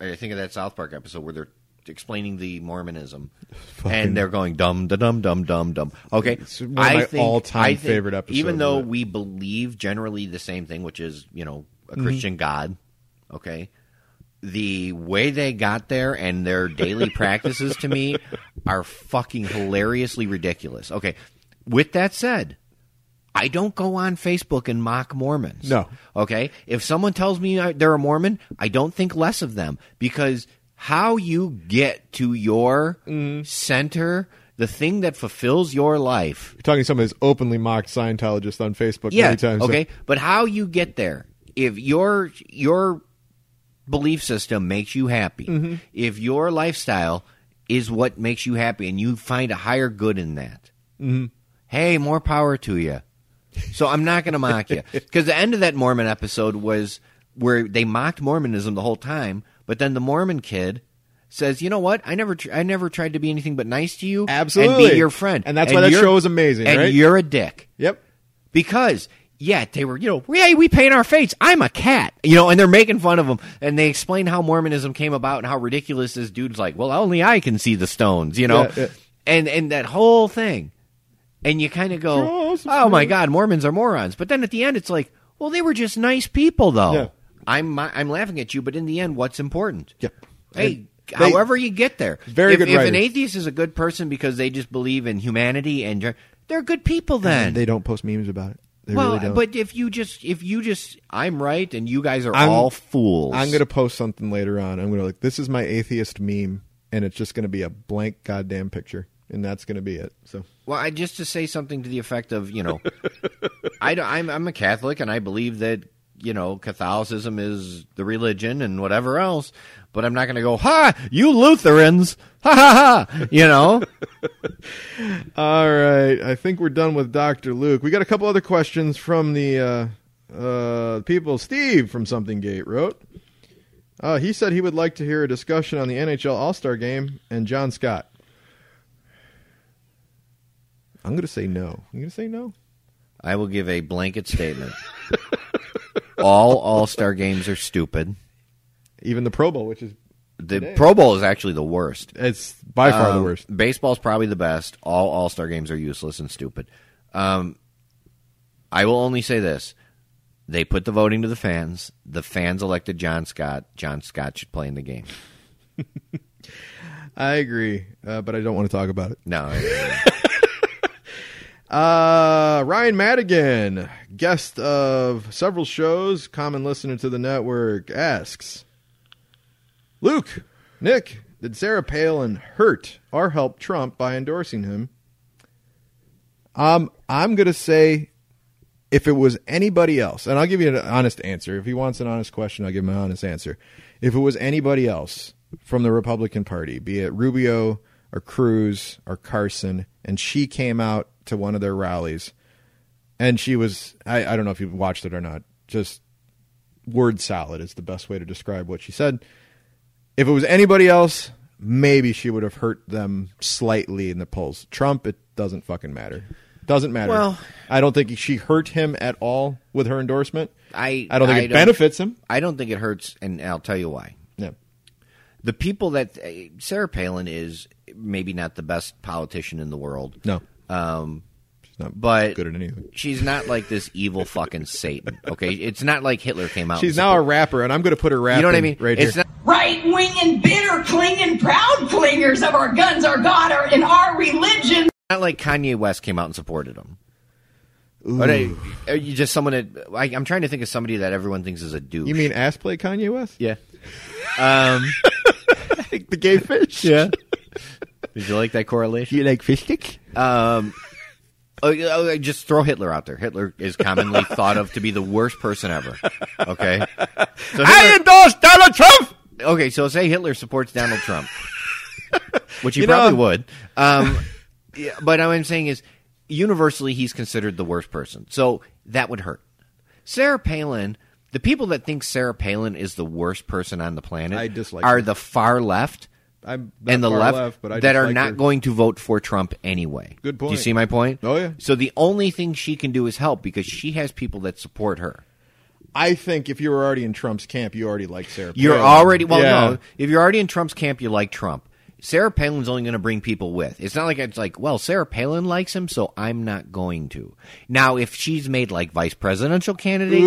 I think of that South Park episode where they're explaining the Mormonism,
<laughs> Fucking-
and they're going dum da dum dum dum dum. Okay,
It's one of my all-time
I think
favorite episodes
Even
of
though
it.
we believe generally the same thing, which is you know a
Mm-hmm.
Christian God. Okay, the way they got there and their
<laughs>
daily practices to me are fucking hilariously ridiculous. Okay. With that said, I don't go on Facebook and mock Mormons.
No.
Okay. If someone tells me I- they're a Mormon, I don't think less of them because how you get to your center, the thing that fulfills your life.
You're talking to somebody who's openly mocked Scientologists on Facebook
Yeah.
many times.
okay. But how you get there? If your your belief system makes you happy,
Mm-hmm.
if your lifestyle is what makes you happy, and you find a higher good in that,
Mm-hmm.
hey, more power to you. So I'm not going to
<laughs>
mock you because the end of that Mormon episode was where they mocked Mormonism the whole time, but then the Mormon kid says, "You know what? I never, tr- I never tried to be anything but nice to you, and
Absolutely.
be your friend."
And that's why that
you're-
show is amazing,
And
right?
you're a dick
Yep.
because yeah, they were you know, hey, we paint our face. I'm a cat, you know, and they're making fun of him, and they explain how Mormonism came about and how ridiculous this dude's like. Well, only I can see the stones, you know,
Yeah, yeah.
and and that whole thing, and you kind of go,
Gross.
oh my god, Mormons are morons. But then at the end, it's like, well, they were just nice people, though.
Yeah.
I'm I'm laughing at you, but in the end, what's important?
Yep.
Hey,
And they-
however you get there,
Very
if,
good
If an
writers.
atheist is a good person because they just believe in humanity and they're good people, then
They don't post memes about it. They
well,
really don't.
but if you just if you just I'm right and you guys are
I'm-
all fools.
I'm gonna post something later on. I'm gonna like this is my atheist meme, and it's just gonna be a blank goddamn picture, and that's gonna be it. So
well, I just to say something to the effect of you know, <laughs> I don't- I'm I'm a Catholic and I believe that you know Catholicism is the religion and whatever else, but I'm not going to go ha you Lutherans ha ha ha you know.
all right, I think we're done with Doctor Luke. We got a couple other questions from the uh, uh, people. Steve from Something Gate wrote. Uh, he said he would like to hear a discussion on the NHL All Star Game and John Scott. I'm gonna say no. I'm gonna say no.
I will give a blanket statement. all All Star games are stupid.
Even the Pro Bowl, which is
The Pro Bowl is actually the worst.
it's by far the
Um,
worst.
Baseball's probably the best. All All Star games are useless and stupid. Um, I will only say this: they put the voting to the fans. The fans elected John Scott. John Scott should play in the game.
I agree, uh, but I don't want to talk about it.
No, I-
Uh, Ryan Madigan, guest of several shows, common listener to the network, asks Luke, Nick, did Sarah Palin hurt or help Trump by endorsing him? Um, I'm going to say if it was anybody else, and I'll give you an honest answer. If he wants an honest question, I'll give him an honest answer. If it was anybody else from the Republican Party, be it Rubio or Cruz or Carson, and she came out to one of their rallies, and she was, I, I don't know if you watched it or not, just word salad is the best way to describe what she said. If it was anybody else, maybe she would have hurt them slightly in the polls. Trump, it doesn't fucking matter. Doesn't matter.
Well-
I don't think she hurt him at all with her endorsement.
I-
I don't
I
think it
don't-
benefits him.
I don't think it hurts, and I'll tell you why.
Yeah.
The people that eh, Sarah Palin is maybe not the best politician in the world.
No.
Um,
She's not
but
good at anything.
She's not like this evil fucking Satan. Okay, it's not like Hitler came out.
She's
and
now a rapper, and I'm going to put her rap.
you know what I
in
mean?
Right
it's
here.
not
right wing and bitter clinging proud clingers of our guns, our God, our, and our religion.
not like Kanye West came out and supported him. But I, are you just someone that I, I'm trying to think of somebody that everyone thinks is a douche.
you mean ass play Kanye West? <laughs>
yeah? Um,
Like the gay fish?
yeah. Did you like that correlation?
You like fish stick?
Um, oh, yeah, oh, just throw Hitler out there. Hitler is
<laughs>
commonly thought of to be the worst person ever. Okay. So Hitler-
endorse Donald Trump.
okay, so say Hitler supports Donald
<laughs>
Trump, which he
You know-
probably would.
<laughs>
Um, yeah, but what I'm saying is, universally, he's considered the worst person. So that would hurt. Sarah Palin, the people that think Sarah Palin is the worst person on the planet
I dislike
are
her.
the far left
I'm not
and the
far
left,
but I
that are
dislike
not
her.
going to vote for Trump anyway.
Good
Do you
point.
see my point?
Oh, yeah.
So the only thing she can do is help because she has people that support her.
I think if you were already in Trump's camp, you already like Sarah.
You're
Palin.
already well.
Yeah.
No, if you're already in Trump's camp, you like Trump. Sarah Palin's only going to bring people with. It's not like it's like, well, Sarah Palin likes him, so I'm not going to. Now, if she's made like vice presidential candidate,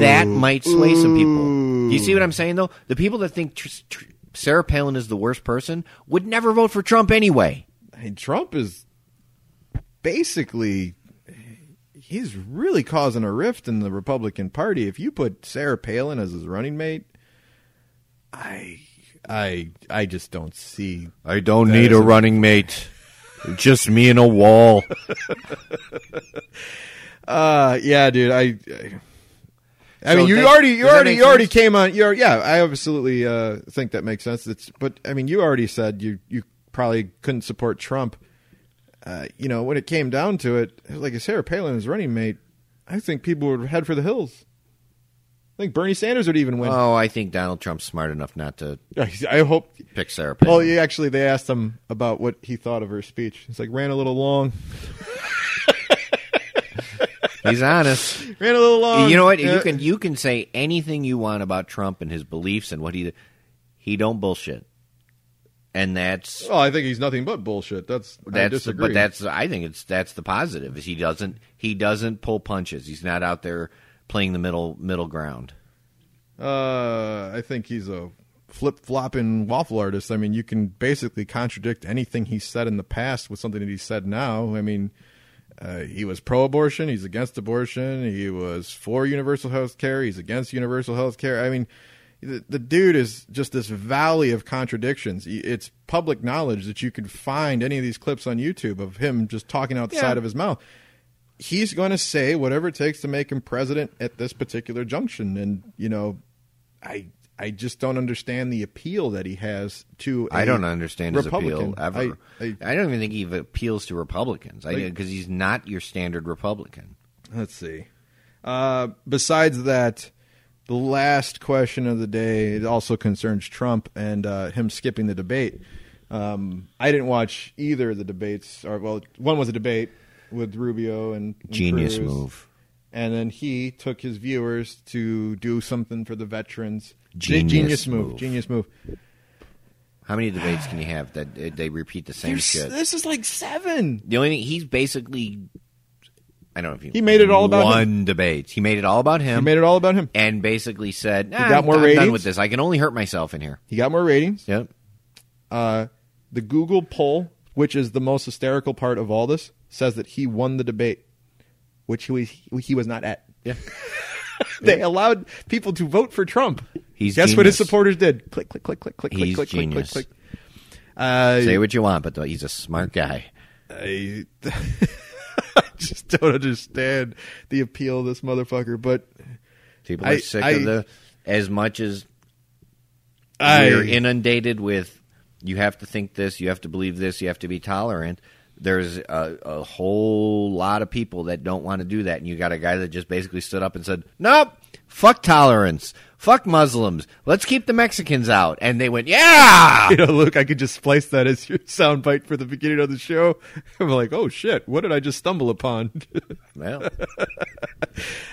that might sway some people. You see what I'm saying, though? The people that think tr- tr- Sarah Palin is the worst person would never vote for Trump anyway.
Hey, Trump is basically he's really causing a rift in the Republican Party. If you put Sarah Palin as his running mate, I I I just don't see.
I don't
need a
running mate. Just me and a wall.
Uh yeah, dude, I I, I
So
mean, you
that-
already you
does that
already
make
you already
sense?
came on you are yeah, I absolutely uh think that makes sense. It's but I mean, you already said you you probably couldn't support Trump. Uh, you know, when it came down to it, like Sarah Palin is running mate, I think people would head for the hills.
I think Bernie Sanders would even win.
<laughs>
<laughs>
Oh, I think Donald Trump's smart enough not to
I hope.
pick Sarah Palin.
Oh,
Well, yeah, actually, they asked him about what he thought of her speech. It's like ran a little
<laughs>
long.
He's
<laughs>
honest.
Ran a little
Um,
long.
you know what?
Yeah.
You can you can say anything you want about Trump and his beliefs and what he he don't bullshit, and that's
Well, I think he's nothing but bullshit. That's, I
that's
disagree.
but that's I think it's that's the positive is he doesn't he doesn't pull punches. He's not out there playing the middle middle ground.
Uh, I think he's a flip flopping waffle artist. I mean, you can basically contradict anything he said in the past with something that he said now. I mean, uh, he was pro abortion. He's against abortion. He was for universal health care. He's against universal health care. I mean, the, the dude is just this valley of contradictions. Y- It's public knowledge that you could find any of these clips on YouTube of him just talking out the side of his mouth he's going to say whatever it takes to make him president at this particular junction and you know i i just don't understand the appeal that he has to I
I don't understand his appeal ever. I,
I-
don't even think he appeals to Republicans. I because he's not your standard Republican.
let's see uh besides that the last question of the day it also concerns trump and uh him skipping the debate um i didn't watch either of the debates or well one was a debate with rubio and, and
Genius
Cruz.
move.
and then he took his viewers to do something for the veterans.
Genius
move.
move.
Genius move.
How many debates can you have that uh, they repeat the same
There's-
shit?
This is like seven.
The only thing he's basically, I don't know if he,
He made it all about
one debate. He made it all about him.
He made it all about him.
and basically said, nah,
got more
I'm, I'm done
ratings?
with this. I can only hurt myself in here.
He got more ratings.
Yep.
Uh, the Google poll, which is the most hysterical part of all this, says that he won the debate, which he was, he was not at. Yeah. <laughs> they allowed people to vote for Trump.
He's
Guess what his
genius.
supporters did? Click, click, click, click, click, click,
He's
click, click, click,
genius.
click. Uh,
Say what you want, but he's a smart guy.
I, <laughs> I just don't understand the appeal of this motherfucker. But
People are
I-
sick
I-
of the as much as
I,
we're inundated with you have to think this, you have to believe this, you have to be tolerant. There's a, a whole lot of people that don't want to do that, and you got a guy that just basically stood up and said, "Nope, fuck tolerance, fuck Muslims, let's keep the Mexicans out," and they went, "Yeah."
<laughs> you know, look, I could just splice that as your soundbite for the beginning of the show. <laughs> I'm like, oh shit, what did I just stumble upon? <laughs>
Well,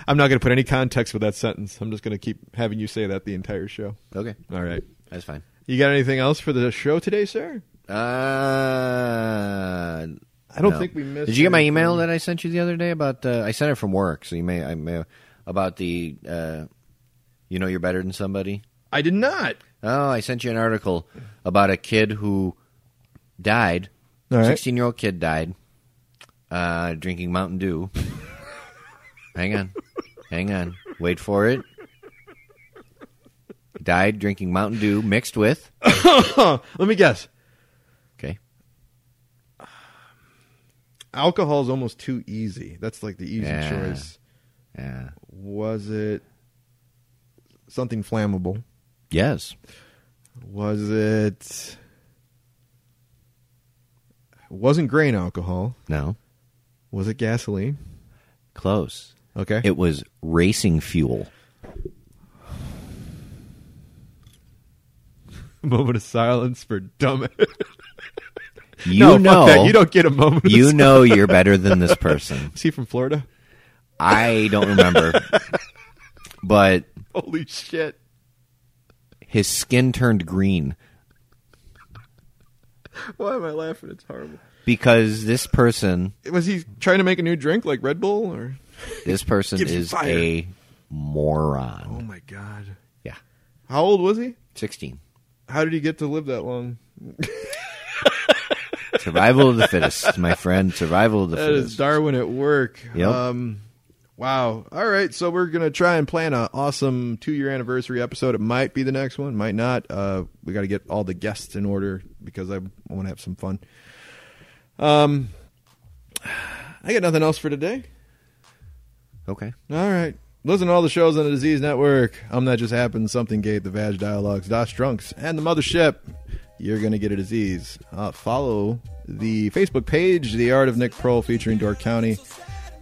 I'm not going to put any context with that sentence. I'm just going to keep having you say that the entire show.
okay,
All right.
that's fine.
You got anything else for the show today, sir?
Uh,
I don't
no.
think we missed.
Did you get my
anything.
email that I sent you the other day about? Uh, I sent it from work, so you may I may about the. Uh, you know, you're better than somebody.
I did not.
Oh, I sent you an article about a kid who died.
All right.
Sixteen year old kid died uh, drinking Mountain Dew. hang on, hang on, wait for it. Died drinking Mountain Dew mixed with
<laughs> Let me guess.
okay
Alcohol is almost too easy. That's like the easy
Yeah.
choice.
uh,
Was it something flammable?
yes
Was it wasn't grain alcohol?
no
Was it gasoline?
close
Okay.
It was racing fuel.
<laughs> moment of silence for dumb.
You
<laughs> no,
know,
fuck that. you don't get a moment.
<laughs> you
of <laughs> silence.
know you're better than this person.
Is he from Florida?
I don't
<laughs>
remember, but
Holy shit!
his skin turned green
Why am I laughing? It's horrible.
because this person,
Was he trying to make a new drink like Red Bull or? <laughs>
this person
Gives you
is
fire.
a moron.
Oh my god!
Yeah,
How old was he? <laughs>
sixteen.
How did he get to live that long?
Survival of the fittest, my friend. Survival of the
That is
fittest.
Darwin at work.
Yep.
Um, wow. All right. So we're gonna try and plan a awesome two year anniversary episode. It might be the next one, might not. Uh, we got to get all the guests in order because I want to have some fun. Um, I got nothing else for today.
Okay.
All right. Listen to all the shows on the Disease Network. Um, that just happened. Something Gate, the Vag Dialogues, Dosh Drunks, and the Mothership. You're gonna get a disease. Uh, follow the Facebook page, The Art of Nick Pearl, featuring Door County.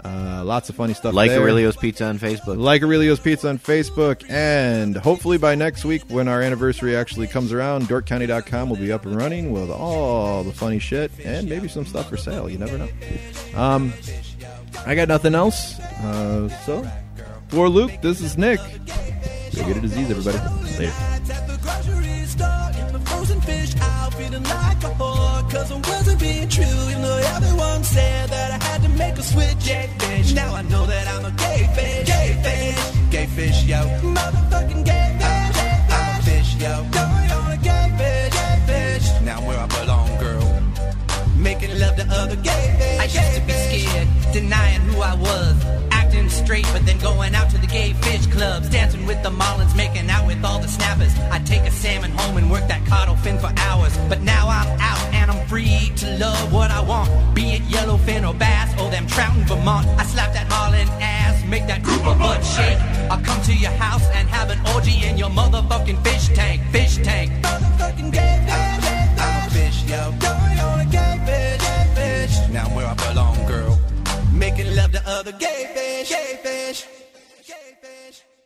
Uh, lots of funny stuff.
Like
there.
Aurelio's Pizza on Facebook.
Like Aurelio's Pizza on Facebook. And hopefully by next week, when our anniversary actually comes around, dorkcounty.com will be up and running with all the funny shit and maybe some stuff for sale. You never know. Um, I got nothing else. Uh, so, for Luke, this is Nick. Go get a disease, everybody. Later.
at the grocery store in the frozen fish aisle feeling like a whore cause I wasn't being true you know everyone said that I had to make a switch gay fish now I know that I'm a gay fish gay fish gay fish yo motherfucking gay fish I'm a fish yo going on a gay fish gay fish now I'm where I belong girl making love to other gay fish.
I used to be scared, denying who I was. Acting straight, but then going out to the gay fish clubs. Dancing with the marlins, making out with all the snappers. I'd take a salmon home and work that caudal fin for hours. But now I'm out and I'm free to love what I want. Be it yellowfin or bass or them trout in Vermont. I slap that marlin ass, make that grouper butt shake. I'll come to your house and have an orgy in your motherfucking fish tank. Fish tank.
motherfucking gay fish. I'm a fish, yo. Going on a gay fish, gay fish. Now I'm where I belong, girl. Making love to other gay fish, gay fish, gay fish.